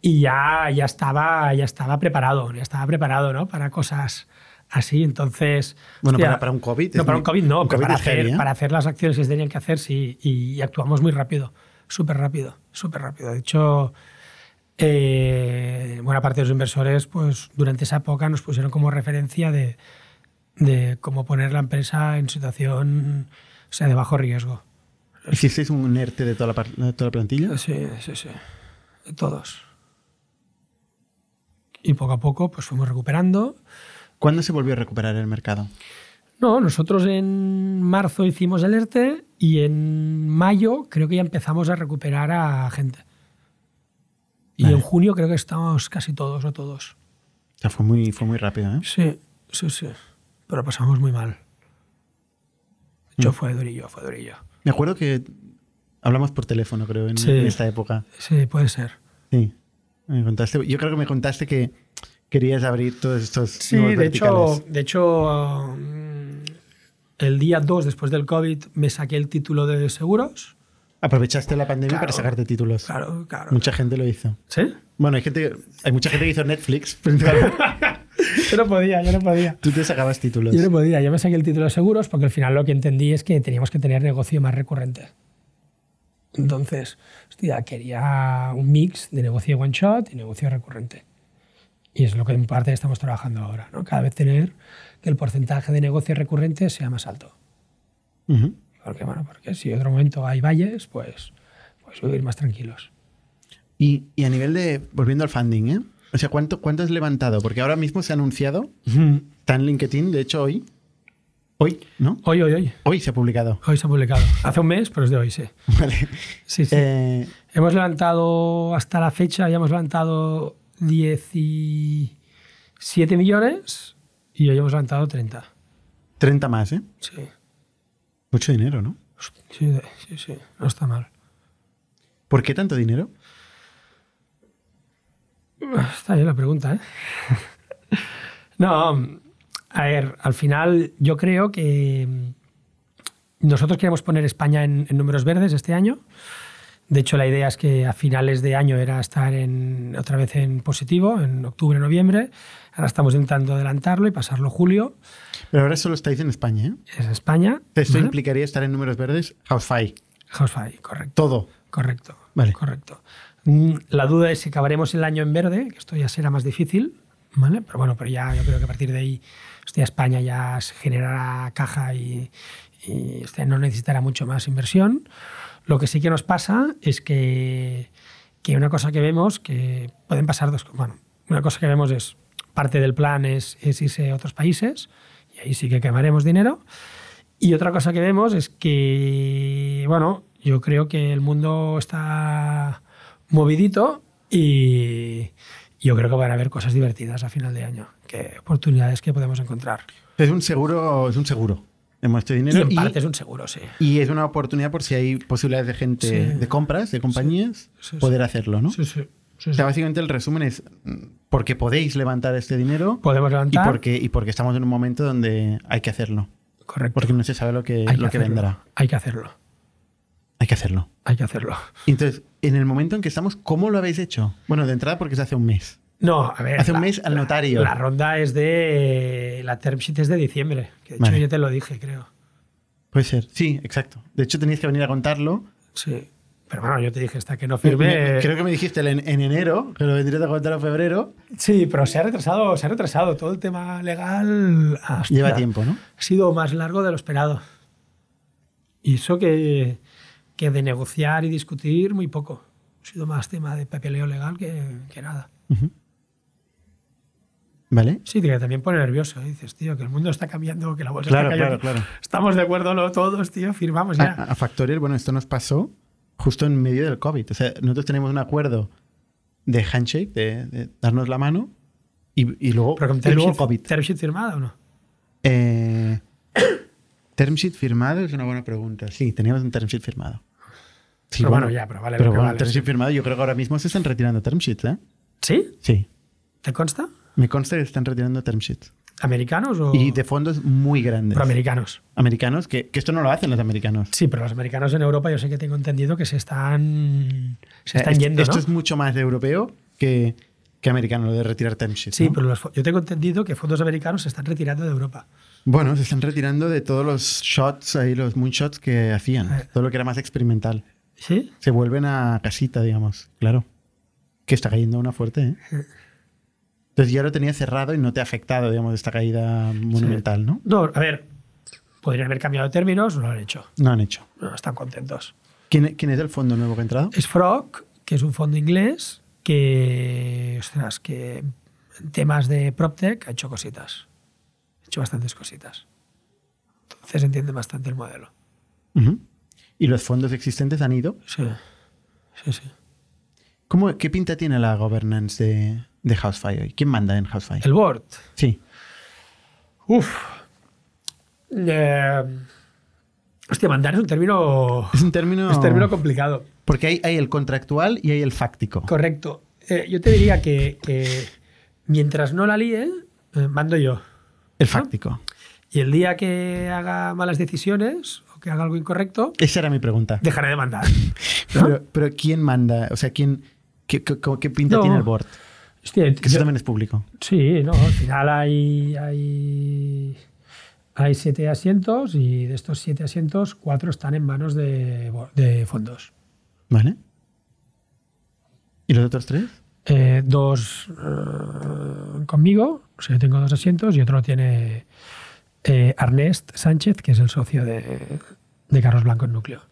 D: Y ya, ya, estaba, ya estaba preparado, ya estaba preparado, ¿no? Para cosas así. Entonces.
A: Bueno, para- para un COVID es
D: No, para
A: muy-
D: un COVID no,
A: un
D: pero
A: COVID
D: para,
A: es heavy,
D: hacer,
A: ¿eh?
D: para hacer las acciones que se tenían que hacer, sí. Y, actuamos muy rápido, súper rápido, súper rápido. De hecho. eh, buena parte de los inversores, pues durante esa época nos pusieron como referencia de, de cómo poner la empresa en situación, o sea, de bajo riesgo.
A: ¿Hicisteis un ERTE de toda la, par- de toda la plantilla?
D: Sí, sí, sí. De Todos. Y poco a poco pues fuimos recuperando.
A: ¿Cuándo se volvió a recuperar el mercado?
D: No, nosotros en marzo hicimos el ERTE y en mayo creo que ya empezamos a recuperar a gente. Y
A: Vale.
D: en junio creo que estamos casi todos o todos.
A: O sea, fue muy, fue muy rápido, ¿eh?
D: Sí, sí, sí. Pero pasamos muy mal. Yo fue durillo, fue durillo.
A: Me acuerdo que hablamos por teléfono, creo, en,
D: Sí.
A: en esta época.
D: Sí, puede ser.
A: Sí. Me contaste, yo creo que me contaste que querías abrir todos estos
D: Sí,
A: nuevos
D: de hecho,
A: verticales.
D: de hecho, mm, el día 2 después del COVID me saqué el título de seguros.
A: Aprovechaste la pandemia
D: Claro.
A: para sacarte títulos.
D: Claro, claro.
A: Mucha gente lo hizo.
D: ¿Sí?
A: Bueno, hay gente, hay mucha gente que hizo Netflix, principalmente.
D: Yo no podía, yo no podía.
A: Tú te sacabas títulos.
D: Yo no podía, yo me saqué el título de seguros porque al final lo que entendí es que teníamos que tener negocio más recurrente. Entonces, hostia, quería un mix de negocio one shot y negocio recurrente. Y es lo que en parte estamos trabajando ahora, ¿no? Cada vez tener que el porcentaje de negocio recurrente sea más alto.
A: Ujú.
D: Porque, bueno, porque si en otro momento hay valles, pues, pues vivir más tranquilos.
A: Y, y a nivel de, volviendo al funding, ¿eh? O sea, ¿cuánto, ¿cuánto has levantado? Porque ahora mismo se ha anunciado, está en LinkedIn, de hecho hoy, hoy, ¿no?
D: Hoy, hoy, hoy.
A: Hoy se ha publicado.
D: Hoy se ha publicado. Hace un mes, pero es de hoy, sí.
A: Vale.
D: Sí, sí.
A: Eh,
D: Hemos levantado hasta la fecha, ya hemos levantado 17 millones y hoy hemos levantado 30.
A: 30 más, ¿eh?
D: Sí,
A: Mucho dinero, ¿no?
D: sí, sí, sí, no está mal.
A: ¿Por qué tanto dinero?
D: Está bien la pregunta, ¿eh? No, a ver, al final yo creo que mm, nosotros queremos poner España en, en números verdes este año. De hecho, la idea es que a finales de año era estar en, otra vez en positivo, en octubre, noviembre. Ahora estamos intentando adelantarlo y pasarlo julio.
A: Pero ahora solo estáis en España, ¿eh?
D: es España.
A: Esto
D: ¿vale?
A: implicaría estar en números verdes, Housefy,
D: Housefly, correcto.
A: todo.
D: Correcto.
A: Vale.
D: Correcto. Mm, La duda es si acabaremos el año en verde, que esto ya será más difícil, ¿vale? Pero bueno, pero ya yo creo que a partir de ahí hostia, España ya se generará caja y, y, hostia, no necesitará mucho más inversión. Lo que sí que nos pasa es que, que una cosa que vemos, que pueden pasar dos cosas. Bueno, una cosa que vemos es, parte del plan es, es irse a otros países, y ahí sí que quemaremos dinero. Y otra cosa que vemos es que, bueno, yo creo que el mundo está movidito y yo creo que van a haber cosas divertidas a final de año, que oportunidades que podemos encontrar.
A: Es un seguro, es un seguro. Hemos este
D: Y
A: dinero
D: en
A: y,
D: parte es un seguro, sí.
A: y es una oportunidad por si hay posibilidades de gente,
D: Sí.
A: de compras, de compañías,
D: Sí, sí.
A: poder hacerlo, ¿no?
D: Sí, sí, sí,
A: O
D: sí.
A: sea, básicamente el resumen es mm, porque podéis levantar este dinero
D: Podemos
A: y
D: levantar.
A: porque, y porque estamos en un momento donde hay que hacerlo.
D: Correcto.
A: Porque no se sabe lo que,
D: Hay
A: lo que
D: hacerlo.
A: vendrá.
D: Hay que hacerlo.
A: Hay que hacerlo.
D: Hay que hacerlo.
A: Entonces, en el momento en que estamos, ¿cómo lo habéis hecho? Bueno, de entrada porque es hace un mes.
D: No, a ver.
A: Hace un mes al notario.
D: La ronda es de. La term sheet es de diciembre. Que de hecho
A: Vale.
D: yo te lo dije, creo.
A: Puede ser. Sí, exacto. De hecho, tenías que venir a contarlo.
D: Sí. Pero bueno, yo te dije, hasta que no
A: Me-
D: firme.
A: me- creo que me dijiste el en, en enero, que lo vendrías a contar en febrero.
D: Sí, pero se ha retrasado, se ha retrasado. Todo el tema legal. hostia,
A: Lleva tiempo, ¿no?
D: Ha sido más largo de lo esperado. Y eso que, que de negociar y discutir, muy poco. Ha sido más tema de papeleo legal que, que nada.
A: Vale.
D: Sí, que también pone nervioso. ¿eh? Dices, tío, que el mundo está cambiando, que la bolsa
A: Claro,
D: está cayendo.
A: claro, claro. Ah,
D: Estamos de acuerdo ¿no? todos, tío, firmamos Pues ya.
A: A, a Factorial, bueno, esto nos pasó justo en medio del COVID. O sea, nosotros tenemos un acuerdo de handshake, de, de darnos la mano, y, y luego,
D: Pero con
A: y
D: term
A: luego
D: sheet- term sheet firmada o no?
A: Eh, ¿Term sheet firmado? Es una buena pregunta. Sí, teníamos un term sheet firmado. Sí,
D: Pero bueno, ya, pero vale lo que
A: bueno,
D: vale.
A: term sheet firmado, yo creo que ahora mismo se están retirando term sheets, ¿eh?
D: ¿Sí?
A: Sí.
D: ¿Te consta?
A: Me consta que se están retirando term sheets.
D: ¿Americanos o...?
A: Y de fondos muy grandes.
D: Oh. Pero americanos.
A: Americanos, que, que esto no lo hacen los americanos.
D: Sí, pero los americanos en Europa yo sé que tengo entendido que se están, se están
A: Eh, esto-
D: yendo,
A: Esto
D: ¿no?
A: es mucho más europeo que, que americano, lo de retirar term sheets.
D: Sí,
A: ¿no?
D: pero los fo- yo tengo entendido que fondos americanos se están retirando de Europa.
A: Bueno, se están retirando de todos los shots ahí, los moonshots que hacían.
D: Eh.
A: Todo lo que era más experimental.
D: ¿Sí?
A: se vuelven a casita, digamos. Claro. Que está cayendo una fuerte, ¿eh? Entonces ya lo tenía cerrado y no te ha afectado, digamos, esta caída monumental, ¿no?
D: No, a ver, podrían haber cambiado de términos, no lo han hecho.
A: No han hecho.
D: No están contentos.
A: ¿Quién, quién es el fondo nuevo que ha entrado?
D: Es Frog, que es un fondo inglés que, ostras, que en temas de PropTech ha hecho cositas. Ha hecho bastantes cositas. Entonces entiende bastante el modelo.
A: Ujú. Y los fondos existentes han ido.
D: Sí, sí, sí.
A: ¿Cómo, ¿Qué pinta tiene la governance de, de Housefy hoy? ¿Quién manda en Housefy?
D: El board.
A: Sí.
D: Uf. Eh, hostia, mandar es un término,
A: Es un término...
D: es término complicado.
A: Porque hay, hay el contractual y hay el fáctico.
D: Correcto. Eh, yo te diría que, que mientras no la líe, eh, mando yo.
A: El fáctico.
D: Y el día que haga malas decisiones o que haga algo incorrecto,
A: Esa era mi pregunta.
D: dejaré de mandar. ¿no?
A: Pero, pero ¿quién manda? O sea, ¿quién, qué, qué- qué pinta
D: No.
A: tiene el board?
D: Hostia,
A: Que eso
D: yo-
A: también es público.
D: Sí, no, al final hay, hay, hay siete asientos y de estos siete asientos, cuatro están en manos de, bo- de fondos.
A: ¿Vale? ¿Y los otros tres?
D: Eh, dos eh, conmigo, o sea, yo tengo dos asientos y otro lo tiene eh, Ernest Sánchez, que es el socio de, de Carlos Blanco en Núcleo.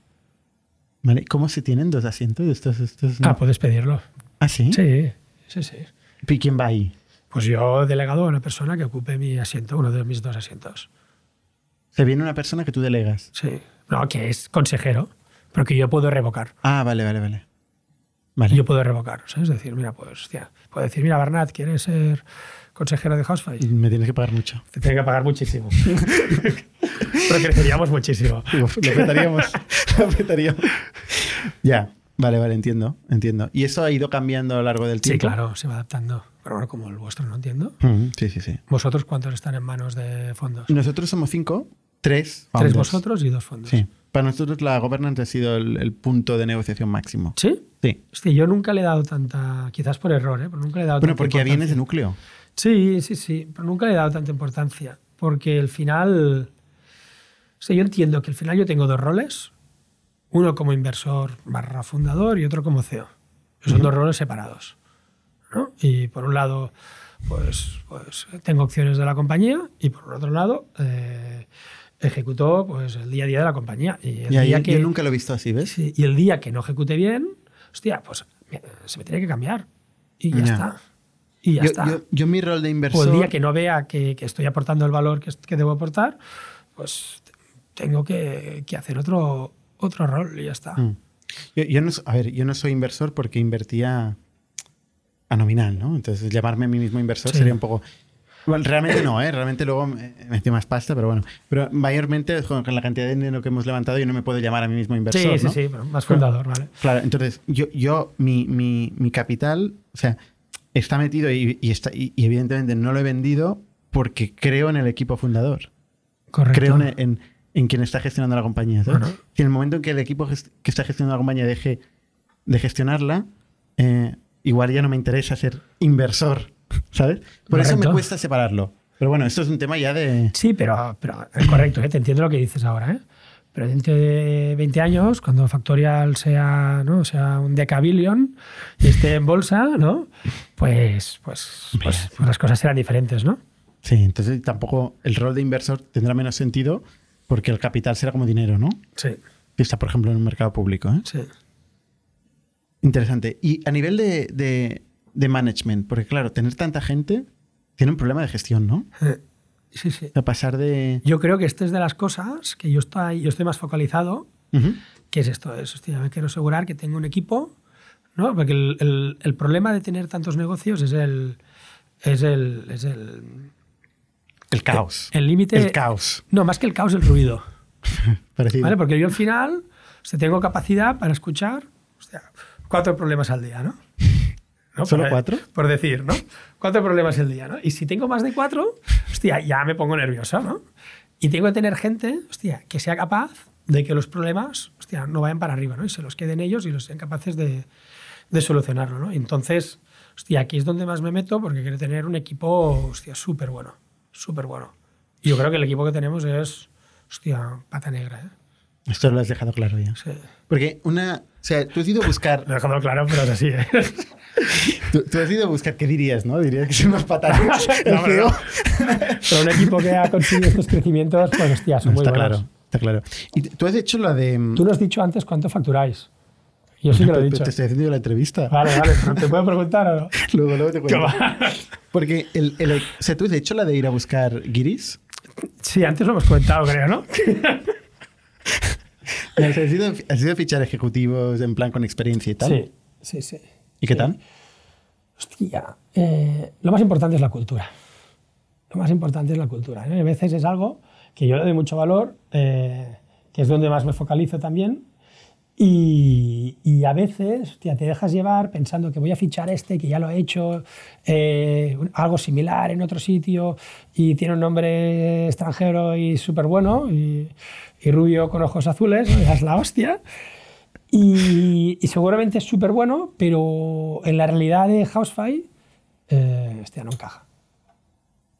A: ¿Vale? ¿Cómo se tienen dos asientos? Estos, estos no.
D: Ah, puedes pedirlo.
A: ¿Ah, Mm. pues, sí?
D: Sí, sí, sí.
A: ¿Y quién va ahí?
D: Pues yo he delegado a una persona que ocupe mi asiento, uno de mis dos asientos.
A: Se viene una persona que tú delegas.
D: Sí. No, que es consejero, pero que yo puedo revocar.
A: Ah, vale, vale, vale. Vale.
D: Yo puedo revocar, ¿sabes? Es decir, mira, pues, hostia, puedo decir, mira, Bernat, ¿quieres ser consejero de Housefly?
A: Me tienes que pagar mucho.
D: Te tienen que pagar muchísimo. pero creceríamos muchísimo.
A: Lo petaríamos. Lo petaríamos. ya. Vale, vale, entiendo, entiendo. ¿Y eso ha ido cambiando a lo largo del
D: Sí,
A: tiempo?
D: claro, se va adaptando. Pero bueno, como el vuestro no entiendo.
A: Ujú, Sí, sí, sí.
D: ¿Vosotros cuántos están en manos de fondos?
A: Nosotros somos cinco, tres.
D: Tres
A: founders.
D: vosotros y dos fondos.
A: Sí. Para nosotros la governance ha sido el, el punto de negociación máximo.
D: ¿Sí?
A: Sí.
D: Hostia, yo nunca le he dado tanta, quizás por error, ¿eh? pero nunca le he dado
A: Bueno,
D: tanta
A: porque ya vienes
D: importancia.
A: de núcleo.
D: Sí, sí, sí, pero nunca le he dado tanta importancia, porque al final, o sea, yo entiendo que al final yo tengo dos roles, uno como inversor barra fundador y otro como CEO. Son dos roles separados. ¿no? Y por un lado, pues, pues tengo opciones de la compañía y por otro lado, eh, ejecuto pues, el día a día de la compañía. Y el
A: Ya,
D: día
A: yo-
D: que,
A: yo nunca lo he visto así, ¿ves?
D: sí, y el día que no ejecute bien, hostia, pues eh, se me tiene que cambiar. Y
A: Ya.
D: ya está. Y ya
A: yo,
D: está.
A: yo- yo mi rol de
D: O
A: inversor.
D: Pues el día que no vea que, que estoy aportando el valor que, est- que debo aportar, pues t- tengo que, que hacer otro, otro rol y ya está.
A: Mm. Yo, yo no, so- a ver, yo no soy inversor porque invertía a nominal, ¿no? Entonces llamarme a mí mismo inversor
D: Sí.
A: sería un poco. Bueno, realmente no, ¿eh? Realmente luego me me metí más pasta, pero bueno. Pero mayormente con con la cantidad de dinero que hemos levantado yo no me puedo llamar a mí mismo
D: sí,
A: inversor,
D: sí,
A: ¿no?
D: sí, pero más fundador, ¿vale?
A: Claro, entonces yo, yo mi, mi- mi capital, o sea, está metido y, y está, y- y evidentemente no lo he vendido porque creo en el equipo fundador.
D: Correcto.
A: creo en, en- en quien está gestionando la compañía. ¿sabes?
D: Ajá.
A: Si en el momento en que el equipo gest- que está gestionando la compañía deje de gestionarla, eh, igual ya no me interesa ser inversor, ¿sabes? Por eso me
D: Correcto.
A: cuesta separarlo. Pero bueno, esto es un tema ya de...
D: Sí, pero, pero es correcto, ¿eh? te entiendo lo que dices ahora. ¿eh? Pero dentro de 20 años, cuando Factorial sea, ¿no? sea un decabillion y esté en bolsa, ¿no? pues, pues, pues, pues las cosas serán diferentes. ¿no?
A: Sí, entonces tampoco el rol de inversor tendrá menos sentido porque el capital será como dinero, ¿no?
D: Sí,
A: Que está, por ejemplo, en un mercado público. ¿eh?
D: sí.
A: Interesante. Y a nivel de, de- de management, porque claro, tener tanta gente tiene un problema de gestión, ¿no?
D: sí, sí.
A: A pasar de...
D: Yo creo que esta es de las cosas que yo estoy, yo estoy más focalizado
A: Ujú.
D: ¿Qué es esto? Es, hostia, me quiero asegurar que tengo un equipo, ¿no? Porque el, el- el problema de tener tantos negocios es el. Es el. Es el.
A: El caos.
D: El límite.
A: El caos.
D: No, más que el caos, el ruido.
A: Parecido.
D: ¿Vale? Porque yo al final o sea, tengo capacidad para escuchar hostia, cuatro problemas al día, ¿no? ¿No?
A: ¿Solo
D: Por-
A: cuatro?
D: Por decir, ¿no? Cuatro problemas al día, ¿no? Y si tengo más de cuatro, hostia, ya me pongo nerviosa, ¿no? Y tengo que tener gente, hostia, que sea capaz de que los problemas, hostia, no vayan para arriba, ¿no? Y se los queden ellos y los sean capaces de, de solucionarlo, ¿no? Entonces, hostia, aquí es donde más me meto porque quiero tener un equipo, hostia, súper bueno, súper bueno. Yo creo que el equipo que tenemos es, hostia, pata negra, ¿eh?
A: Esto lo has dejado claro ya.
D: Sí.
A: Porque una... O sea, tú has ido a
D: Lo
A: buscar...
D: he dejado claro, pero es así. ¿eh?
A: Tú, tú has ido a buscar... ¿Qué dirías, no? Dirías que son unos patatas. El
D: No, pero
A: CEO.
D: no. Pero un equipo que ha conseguido estos crecimientos, pues hostia, son
A: No,
D: muy
A: está
D: buenos.
A: claro. Está claro. Y t- tú has hecho la de...
D: Tú no has dicho antes cuánto facturáis. Yo sí que lo he
A: Te-
D: dicho.
A: Te estoy haciendo yo la entrevista.
D: Vale, vale, pero ¿te puedo preguntar o no?
A: Luego, luego te cuento.
D: ¿Qué va?
A: Porque el, el- o sea, tú has hecho la de ir a buscar guiris.
D: Sí, antes lo hemos comentado, creo, ¿no?
A: O sea, Has ido, has ido a fichar ejecutivos en plan con experiencia y tal.
D: Sí, sí, sí.
A: ¿Y qué tal?
D: Hostia, eh, lo más importante es la cultura. Lo más importante es la cultura. ¿no? Y a veces es algo que yo le doy mucho valor, eh, que es donde más me focalizo también. Y, y a veces hostia, te dejas llevar pensando que voy a fichar este, que ya lo he hecho, eh, un- algo similar en otro sitio y tiene un nombre extranjero y súper bueno y, y rubio con ojos azules, ¿no? Ya es la hostia. Y, y seguramente es súper bueno, pero en la realidad de Housefly, eh, hostia, no encaja.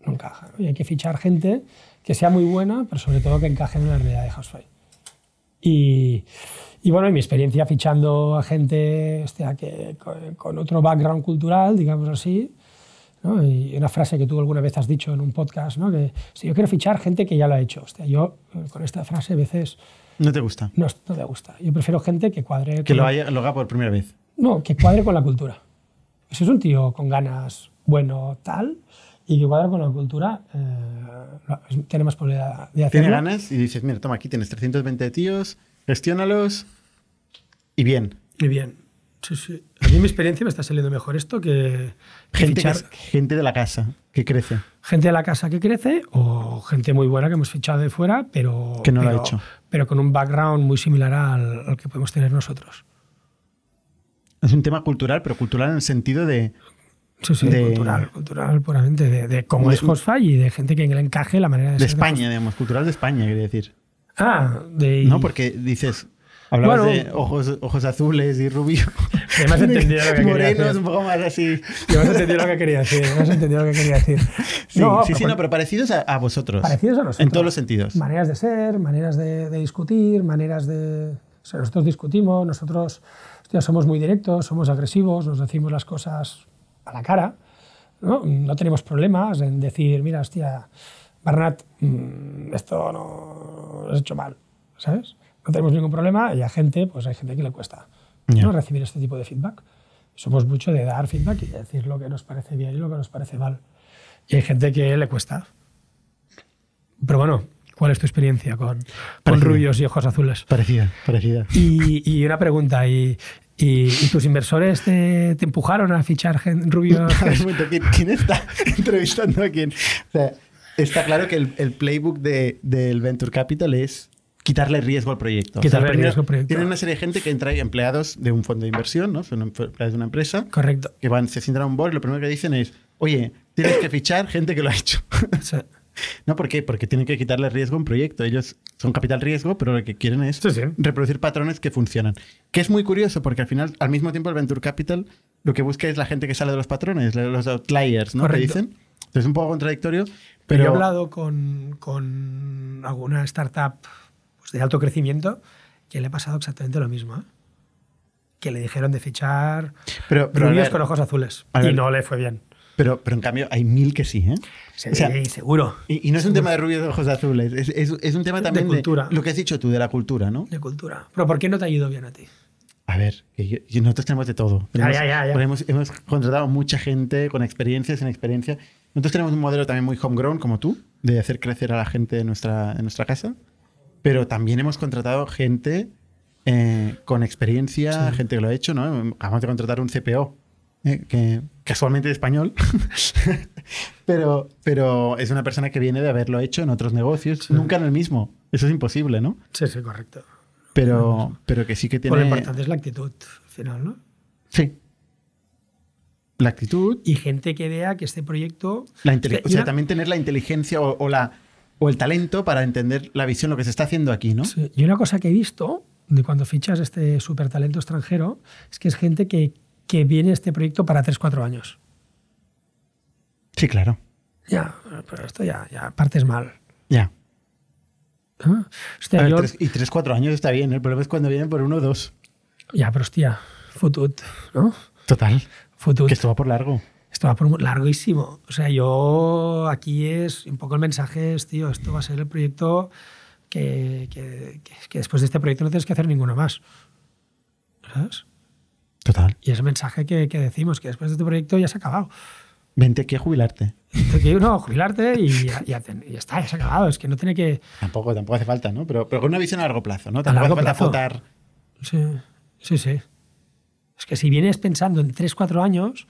D: No encaja. ¿no? Y hay que fichar gente que sea muy buena, pero sobre todo que encaje en la realidad de Housefly. Y, y bueno, y mi experiencia fichando a gente hostia, que, con, con otro background cultural, digamos así, ¿no? y una frase que tú alguna vez has dicho en un podcast, ¿no? que si yo quiero fichar gente que ya lo ha hecho, hostia, yo eh, con esta frase a veces
A: No te gusta.
D: no, no me gusta. Yo prefiero gente que cuadre.
A: Que
D: con
A: lo,
D: la-
A: haya, lo haga por primera vez.
D: No, que cuadre con la cultura. Si es un tío con ganas, bueno, tal, y que cuadre con la cultura, eh, lo- es- tiene más probabilidad de hacerlo.
A: Tiene ganas y dices, mira, toma, aquí tienes 320 tíos, gestiónalos y bien.
D: Y bien. Sí, sí. A mí mi experiencia me está saliendo mejor esto que, que
A: Gente, que
D: fichar
A: es- gente de la casa que crece.
D: gente de la casa que crece o gente muy buena que hemos fichado de fuera, pero
A: Que no lo ha
D: pero-
A: hecho.
D: Pero con un background muy similar al, al que podemos tener nosotros.
A: Es un tema cultural, pero cultural en el sentido de...
D: Sí, sí,
A: De-
D: cultural, cultural puramente, de, de cómo
A: De-
D: es Hostfire y de gente que le encaje la manera de,
A: De
D: ser
A: España, digamos, cultural de España, quería decir.
D: Hostfire. Ah, de...
A: ¿No? Porque dices, hablabas
D: Bueno.
A: de ojos, ojos azules y rubio.
D: Que me has entendido lo que quería
A: Morenos,
D: hacer.
A: un poco más así.
D: Que me has entendido lo que quería decir. que me has entendido lo que quería decir.
A: Sí,
D: No,
A: sí, sí,
D: pero-
A: no, pero parecidos a, a vosotros.
D: Parecidos a nosotros.
A: En todos los sentidos.
D: Maneras de ser, maneras de, de discutir, maneras de... O sea, nosotros discutimos, nosotros hostia, somos muy directos, somos agresivos, nos decimos las cosas a la cara. No, No tenemos problemas en decir, mira, hostia, Barnat, mm, esto no lo has hecho mal, ¿sabes? No tenemos ningún problema y a gente, pues hay gente que le cuesta
A: Ya.
D: ¿no? recibir este tipo de feedback. Somos mucho de dar feedback y de decir lo que nos parece bien y lo que nos parece mal. Y hay gente que le cuesta. Pero bueno, ¿cuál es tu experiencia con, con
A: Parecida.
D: rubios y ojos azules?
A: Parecida, parecida.
D: Y, y una pregunta, ¿y, y- y tus inversores te, te empujaron a fichar gen- rubios?
A: A ver, un momento, ¿quién, quién está entrevistando a quién? O sea, está claro que el, el playbook de- del Venture Capital es quitarle riesgo al proyecto.
D: Quitarle
A: primero
D: riesgo al proyecto.
A: Tienen una serie de gente que entra ahí, empleados de un fondo de inversión, ¿no? Son empleados de una empresa,
D: Correcto.
A: que van, se sientan a un board y lo primero que dicen es, oye, tienes que fichar gente que lo ha hecho.
D: Sí.
A: No, ¿por qué? Porque tienen que quitarle riesgo a un proyecto. Ellos son capital riesgo, pero lo que quieren es
D: Sí, sí.
A: reproducir patrones que funcionan. Que es muy curioso porque al final, al mismo tiempo, el Venture Capital lo que busca es la gente que sale de los patrones, los outliers, ¿no? Que
D: Correcto.
A: dicen. Es un poco contradictorio,
D: Pero
A: pero...
D: he hablado con, con alguna startup pues, de alto crecimiento que le ha pasado exactamente lo mismo. ¿eh? Que le dijeron de fichar
A: Pero, pero,
D: niños
A: Albert,
D: con ojos azules.
A: a ver.
D: Y no le fue bien.
A: pero- pero en cambio hay mil que sí, ¿eh?
D: Sí,
A: O sea,
D: seguro.
A: y, y no es un tema de rubios de ojos azules, es, es- es un tema
D: De
A: también de,
D: cultura.
A: lo que has dicho tú, de la cultura, ¿no?
D: De cultura. Pero ¿por qué no te ha ido bien a ti?
A: A ver, que yo- yo- nosotros tenemos de todo.
D: Ya,
A: Tenemos-
D: ya, ya, ya.
A: porque Hemos, hemos contratado mucha gente con experiencia, sin experiencia. Nosotros tenemos un modelo también muy homegrown, como tú, de hacer crecer a la gente de nuestra, de nuestra casa. Pero también hemos contratado gente eh, con experiencia, gente que lo ha hecho, ¿no? Acabamos de contratar un CPO, eh, que casualmente es español, pero, pero es una persona que viene de haberlo hecho en otros negocios, nunca en el mismo. Eso es imposible, ¿no?
D: Sí, sí, correcto.
A: Pero, pero que sí que
D: Por lo
A: tiene...
D: importante es la actitud, al final, ¿no?
A: Sí. La actitud,
D: Y gente que vea que este proyecto...
A: la intele-
D: Que-
A: o sea,
D: una-
A: también tener la inteligencia o, o la, o el talento para entender la visión, lo que se está haciendo aquí, ¿no?
D: Sí, Y una cosa que he visto de cuando fichas este super talento extranjero es que es gente que, que viene a este proyecto para 3-4 años.
A: Sí, claro.
D: Ya, pero esto ya, ya partes mal.
A: Ya.
D: ¿no? Hostia,
A: A ver,
D: yo-
A: tres- y 3-4 años está bien, ¿eh? el problema es cuando vienen por uno o dos.
D: Ya, pero hostia, futut, ¿no?
A: Total.
D: Futut.
A: Que esto va por largo.
D: Esto va por mu- larguísimo. O sea, yo aquí es un poco el mensaje es, tío, esto va a ser el proyecto que, que- que- que después de este proyecto no tienes que hacer ninguno más. ¿Sabes?
A: Total.
D: Y ese mensaje que, que decimos, que después de este proyecto ya se ha acabado.
A: Vente aquí a jubilarte.
D: Entonces, que, no, jubilarte y ya, ya ten- ya está, ya se ha acabado. Es que no tiene que...
A: Tampoco, tampoco hace falta, ¿no? Pero, pero con una visión a largo plazo, ¿no?
D: A
A: Tampoco
D: largo
A: hace falta
D: plazo.
A: flotar.
D: Sí, sí, sí. Es que si vienes pensando en 3, 4 años,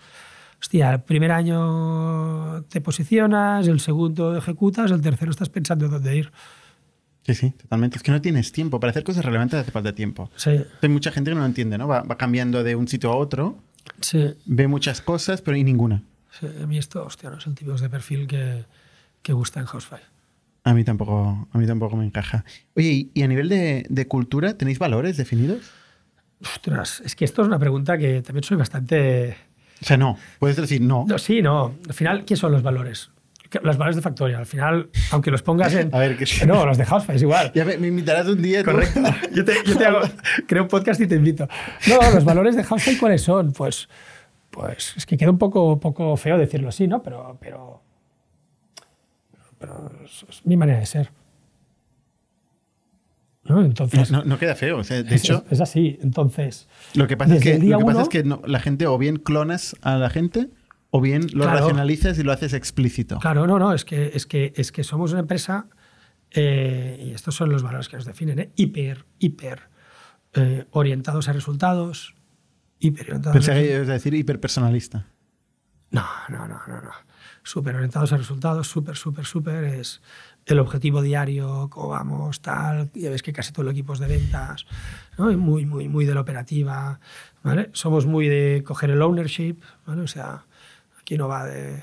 D: hostia, el primer año te posicionas, el segundo ejecutas, el tercero estás pensando en dónde ir.
A: Sí, sí, totalmente. Es que no tienes tiempo. Para hacer cosas relevantes hace falta tiempo.
D: Sí,
A: Hay mucha gente que no lo entiende, ¿no? Va, va cambiando de un sitio a otro,
D: sí,
A: ve muchas cosas, pero y ninguna.
D: sí. A mí esto, hostia, no es el tipo de perfil que, que gusta en Housefly.
A: A mí tampoco, a mí tampoco me encaja. Oye, ¿y- ¿y a nivel de, de cultura tenéis valores definidos?
D: Ostras, es que esto es una pregunta que también soy bastante...
A: O sea, no. Puedes decir no.
D: No, sí, no. Al final, ¿qué son los valores? Que- Los valores de Factoria. Al final, aunque los pongas en...
A: A ver, que sí.
D: No, los de Housefly es igual.
A: Ya me, me invitarás un día. tú.
D: Correcto. Yo te, yo te hago, creo un podcast y te invito. No, los valores de Housefly, ¿cuáles son? Pues, pues es que queda un poco, poco feo decirlo así, ¿no? Pero, pero, pero es, es mi manera de ser. ¿No?
A: No,
D: Entonces,
A: no- no queda feo. O sea, de
D: es-
A: hecho,
D: es, es así. Entonces,
A: lo que pasa es
D: desde
A: que,
D: el día
A: lo que, pasa
D: uno-
A: es que no- la gente o bien clonas a la gente o bien lo
D: Claro.
A: racionalizas y lo haces explícito.
D: claro, no, no, es que, es que, es que somos una empresa eh, y estos son los valores que nos definen, ¿eh? hiper, hiper eh, orientados a resultados, hiper orientados
A: Pensé
D: a
A: que ibas a decir hiperpersonalista.
D: No, no, no, no, no. Súper orientados a resultados, súper, súper, súper. Es el objetivo diario, cómo vamos, tal. Ya ves que casi todo el equipo es de ventas. ¿no? Y Muy, muy, muy de la operativa. ¿vale? Somos muy de coger el ownership. ¿vale? O sea, aquí no va de,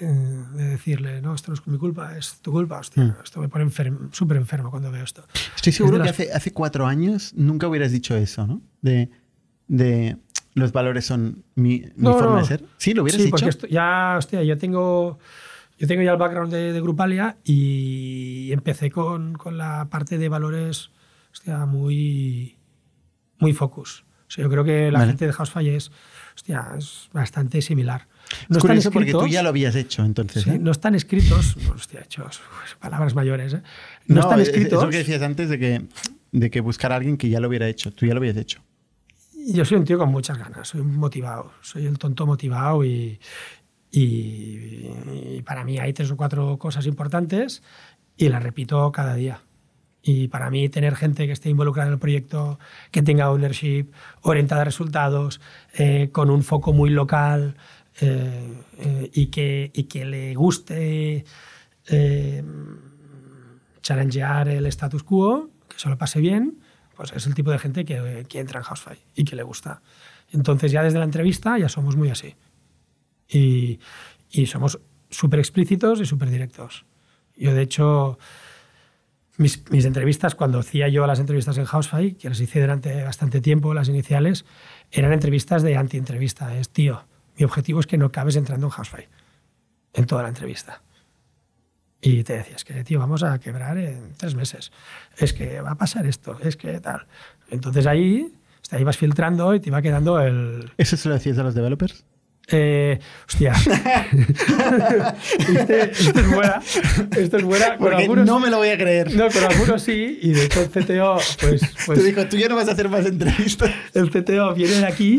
D: de- de decirle, no, esto no es mi culpa, es tu culpa. Hostia, esto me pone enfer- súper enfermo cuando veo esto.
A: Estoy seguro
D: Es de
A: que
D: las-
A: hace, hace cuatro años nunca hubieras dicho eso, ¿no? De, de los valores son mi, mi
D: No,
A: forma
D: no.
A: de ser. Sí, lo hubieras
D: sí,
A: dicho.
D: porque esto- ya, hostia, yo tengo, yo tengo ya el background de, de Grupalia y empecé con, con la parte de valores, hostia, muy, muy focus. O sea, yo creo que la
A: Vale.
D: gente de Housefly es, hostia, es bastante similar.
A: es
D: están
A: curioso porque tú
D: escritos-
A: ya lo habías hecho, entonces.
D: sí,
A: ¿eh?
D: no están escritos, hostia, hechos, pues, palabras mayores, ¿eh? no, están
A: es- es-
D: escritos.
A: Es lo que decías antes de que, de que buscar a alguien que ya lo hubiera hecho. Tú ya lo habías hecho.
D: Yo soy un tío con muchas ganas, soy un motivado, soy el tonto motivado y, y- y para mí hay tres o cuatro cosas importantes y las repito cada día. Y para mí tener gente que esté involucrada en el proyecto, que tenga ownership, orientada a resultados, eh, con un foco muy local eh, eh, y, que, y que le guste eh, challengear el status quo, que se lo pase bien, pues es el tipo de gente que, que entra en Housefly y que le gusta. Entonces ya desde la entrevista ya somos muy así. Y, y somos súper explícitos y súper directos. Yo, de hecho, mis, mis entrevistas, cuando hacía yo las entrevistas en Housefly, que las hice durante bastante tiempo, las iniciales, eran entrevistas de anti-entrevista. Es, tío, mi objetivo es que no cabes entrando en Housefly, en toda la entrevista. Y te decías que, tío, vamos a quebrar en tres meses. Es que va a pasar esto, es que tal. Entonces ahí, hasta ahí vas filtrando y te va quedando el,
A: ¿Eso se lo decías a los developers?
D: eh, hostia. Este- esto es buena. Esto es buena. Con
A: Porque
D: algunos,
A: no me lo voy a creer.
D: no, con algunos sí. Y de hecho el CTO, pues, pues,
A: Te dijo, tú ya no vas a hacer más entrevistas.
D: el CTO viene de aquí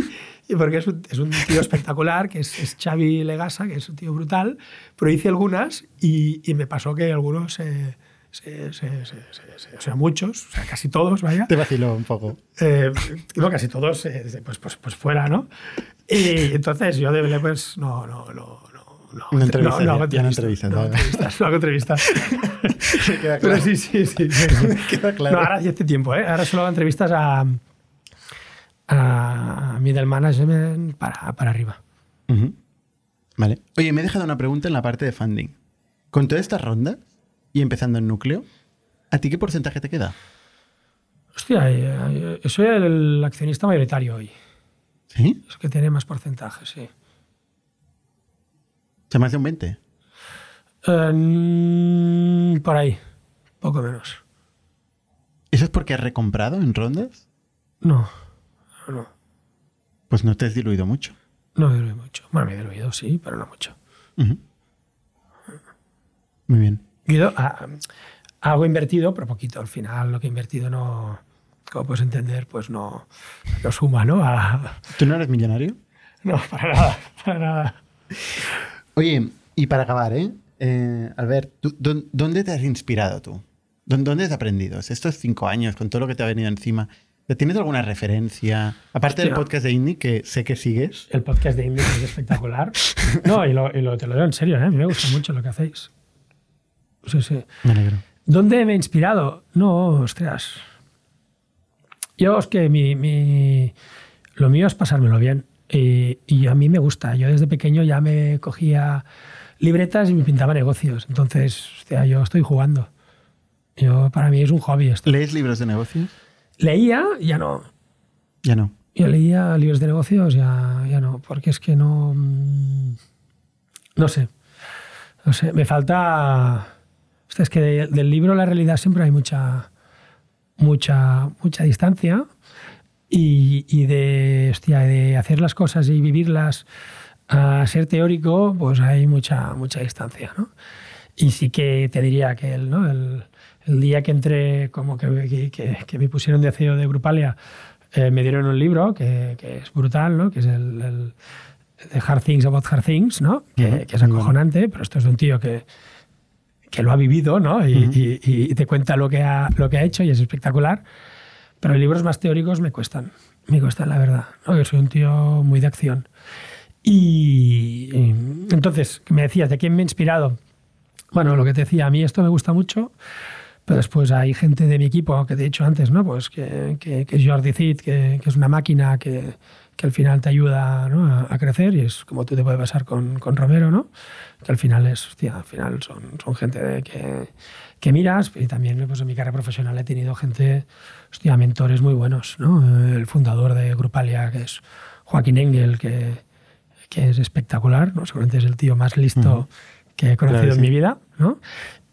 D: y porque es un, es un tío espectacular, que es, es Xavi Legasa, que es un tío brutal, pero hice algunas y, y me pasó que algunos, se- se- se- se- se- se- o sea, muchos, o sea, casi todos, vaya,
A: Te vaciló un poco.
D: eh, no, casi todos, eh, desde, pues, pues, pues fuera, ¿no? Y entonces yo de developers no, no, no, no. No,
A: No entrevistas,
D: hago
A: ya- ya no entrevistas,
D: entrevistas, no
A: nada.
D: entrevistas, no hago entrevistas.
A: Me queda
D: Pero
A: claro.
D: sí, sí, sí. sí, sí.
A: Queda claro.
D: No, ahora ya hace tiempo, ¿eh? Ahora solo hago entrevistas a, a middle management para, para arriba.
A: Ujú. Vale. Oye, me he dejado una pregunta en la parte de funding. Con toda esta ronda y empezando en núcleo, ¿a ti qué porcentaje te queda?
D: Hostia, eh, eh, soy el accionista mayoritario hoy.
A: ¿Sí?
D: Es que tiene más porcentaje, sí.
A: O sea, más de un 20.
D: Eh, mm, por ahí, poco menos.
A: ¿Eso es porque has recomprado en rondas?
D: No, no.
A: Pues no te has diluido mucho.
D: No me duele mucho. Bueno, me he diluido, sí, pero no mucho.
A: Ujú. Muy bien.
D: He ido a- a ah, algo invertido, pero poquito. Al final, lo que he invertido no. Como puedes entender, pues no, no suma, ¿no? A-
A: ¿Tú no eres millonario?
D: no, para nada, para nada.
A: Oye, y para acabar, ¿eh? Eh, Albert, ¿tú- dó- ¿dónde te has inspirado tú? ¿Dó- ¿Dónde has aprendido? Estos cinco años, con todo lo que te ha venido encima, ¿te ¿tienes alguna referencia? Aparte del
D: Hostia.
A: podcast de Indy, que sé que sigues.
D: El podcast de Indy es espectacular. No, y, lo, y lo- te lo digo en serio, ¿eh? A mí me gusta mucho lo que hacéis. Sí, sí.
A: Me alegro.
D: ¿Dónde me he inspirado? No, ostras. Yo es que mi, mi- lo mío es pasármelo bien. Y, y a mí me gusta. Yo desde pequeño ya me cogía libretas y me pintaba negocios. Entonces, hostia, yo estoy jugando. Yo, para mí es un hobby esto.
A: ¿Lees libros de negocios?
D: Leía, ya no.
A: Ya no.
D: Yo leía libros de negocios, ya, ya no. Porque es que no. mm, No sé. No sé. Me falta. Hostia, es que de- del libro a la realidad siempre hay mucha. Mucha, mucha distancia. Y, y de, hostia, de hacer las cosas y vivirlas a ser teórico, pues hay mucha, mucha distancia. ¿no? Y sí que te diría que el, ¿no? el, el día que entré, como que, que- que- que me pusieron de CEO de Grupalia, eh, me dieron un libro que, que es brutal, ¿no? que es el, el The Hard Things About Hard Things, ¿no? que,
A: Ujú,
D: que es
A: muy bueno.
D: acojonante, pero esto es de un tío que, que lo ha vivido ¿no? y, y- y te cuenta lo que, ha, lo que ha hecho y es espectacular. Pero libros más teóricos me cuestan, me cuestan la verdad. ¿no? Yo soy un tío muy de acción. Y eh, entonces, me decías, ¿de quién me he inspirado? Bueno, lo que te decía, a mí esto me gusta mucho, pero después hay gente de mi equipo, que te he dicho antes, ¿no? Pues que, que, que es Jordi Cid, que, que es una máquina que, que al final te ayuda ¿no? a, a crecer y es como tú te puede pasar con, con Romero, ¿no? Que al final es, hostia, al final son, son gente de que, que miras y también pues, en mi carrera profesional he tenido gente, hostia, mentores muy buenos, ¿no? El fundador de Grupalia, que es Joaquín Engel, que, que es espectacular, ¿no? Seguramente es el tío más listo que he conocido
A: Claro que
D: en
A: sí.
D: mi vida, ¿no?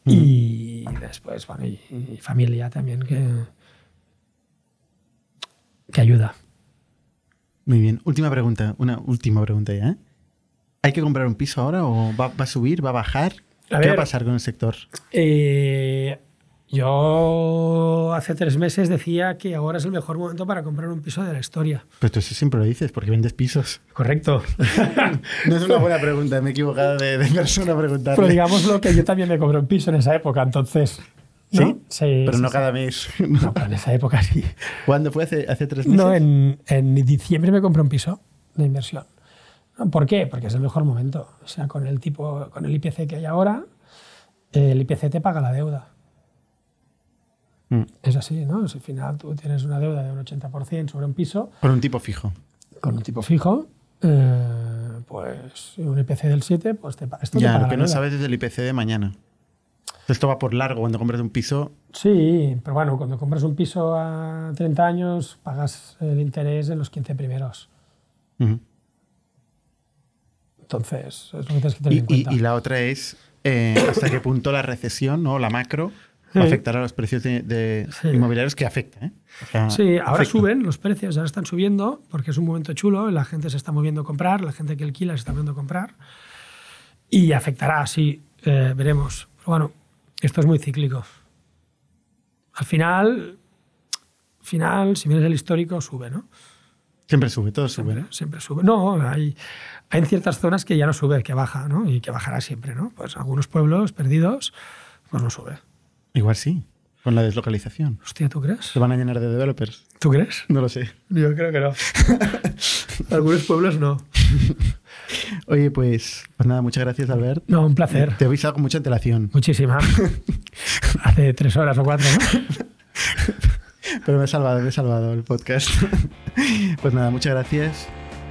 D: Y después, bueno, y, y familia también que, que ayuda.
A: Muy bien. Última pregunta, una última pregunta ya. ¿eh? ¿Hay que comprar un piso ahora o va, va a subir, va a bajar?
D: A
A: ¿Qué va
D: ver.
A: a pasar con el sector?
D: Eh, yo hace tres meses decía que ahora es el mejor momento para comprar un piso de la historia.
A: Pero Pues tú eso siempre lo dices, porque vendes pisos.
D: Correcto.
A: No es una buena pregunta, me he equivocado de, de persona a preguntarle.
D: Pero digamos lo que yo también me compré un piso en esa época, entonces. ¿no?
A: ¿Sí? Pero
D: sí,
A: no
D: sí.
A: cada mes.
D: No, pero en esa época sí.
A: ¿Cuándo fue? ¿Hace, hace tres meses?
D: No, en, en diciembre me compré un piso de inversión. ¿Por qué? Porque es el mejor momento. O sea, con el tipo, con el IPC que hay ahora, eh, el IPC te paga la deuda.
A: Mm.
D: Es así, ¿no? Si al final tú tienes una deuda de un 80% sobre un piso,
A: Por un tipo fijo.
D: con un tipo fijo, eh, pues un IPC del 7, pues te, pa- esto te
A: Ya,
D: paga
A: lo
D: la
A: que no
D: deuda.
A: sabes es el IPC de mañana. Esto va por largo cuando compras un piso.
D: Sí, pero bueno, cuando compras un piso a 30 años, pagas el interés en los 15 primeros.
A: Ujú.
D: Entonces, es lo que tienes que tener
A: Y,
D: en
A: y-
D: cuenta.
A: y la otra es eh, hasta qué punto la recesión o la macro va a
D: Sí.
A: afectar a los precios de, de
D: Sí.
A: inmobiliarios que afecta. ¿eh? O sea,
D: Sí, ahora
A: afecta.
D: suben los precios, ahora están subiendo porque es un momento chulo, la gente se está moviendo a comprar, la gente que alquila se está moviendo a comprar y afectará, sí, eh, veremos. Pero bueno, esto es muy cíclico. Al final, final, si vienes el histórico, sube, ¿no?
A: Siempre sube, todo sube.
D: Siempre, siempre sube. No, hay, hay en ciertas zonas que ya no sube, que baja, ¿no? Y que bajará siempre, ¿no? Pues algunos pueblos perdidos, pues no sube.
A: ¿eh? Igual sí, con la deslocalización.
D: Hostia, ¿tú crees?
A: Se van a llenar de developers.
D: ¿Tú crees?
A: No lo sé.
D: Yo creo que no. algunos pueblos no.
A: Oye, pues, pues nada, muchas gracias, Albert.
D: No, un placer.
A: Te he avisado con mucha antelación,
D: Muchísimas. Hace tres horas o cuatro, ¿no?
A: pero me he salvado, me he salvado el podcast. pues nada, muchas gracias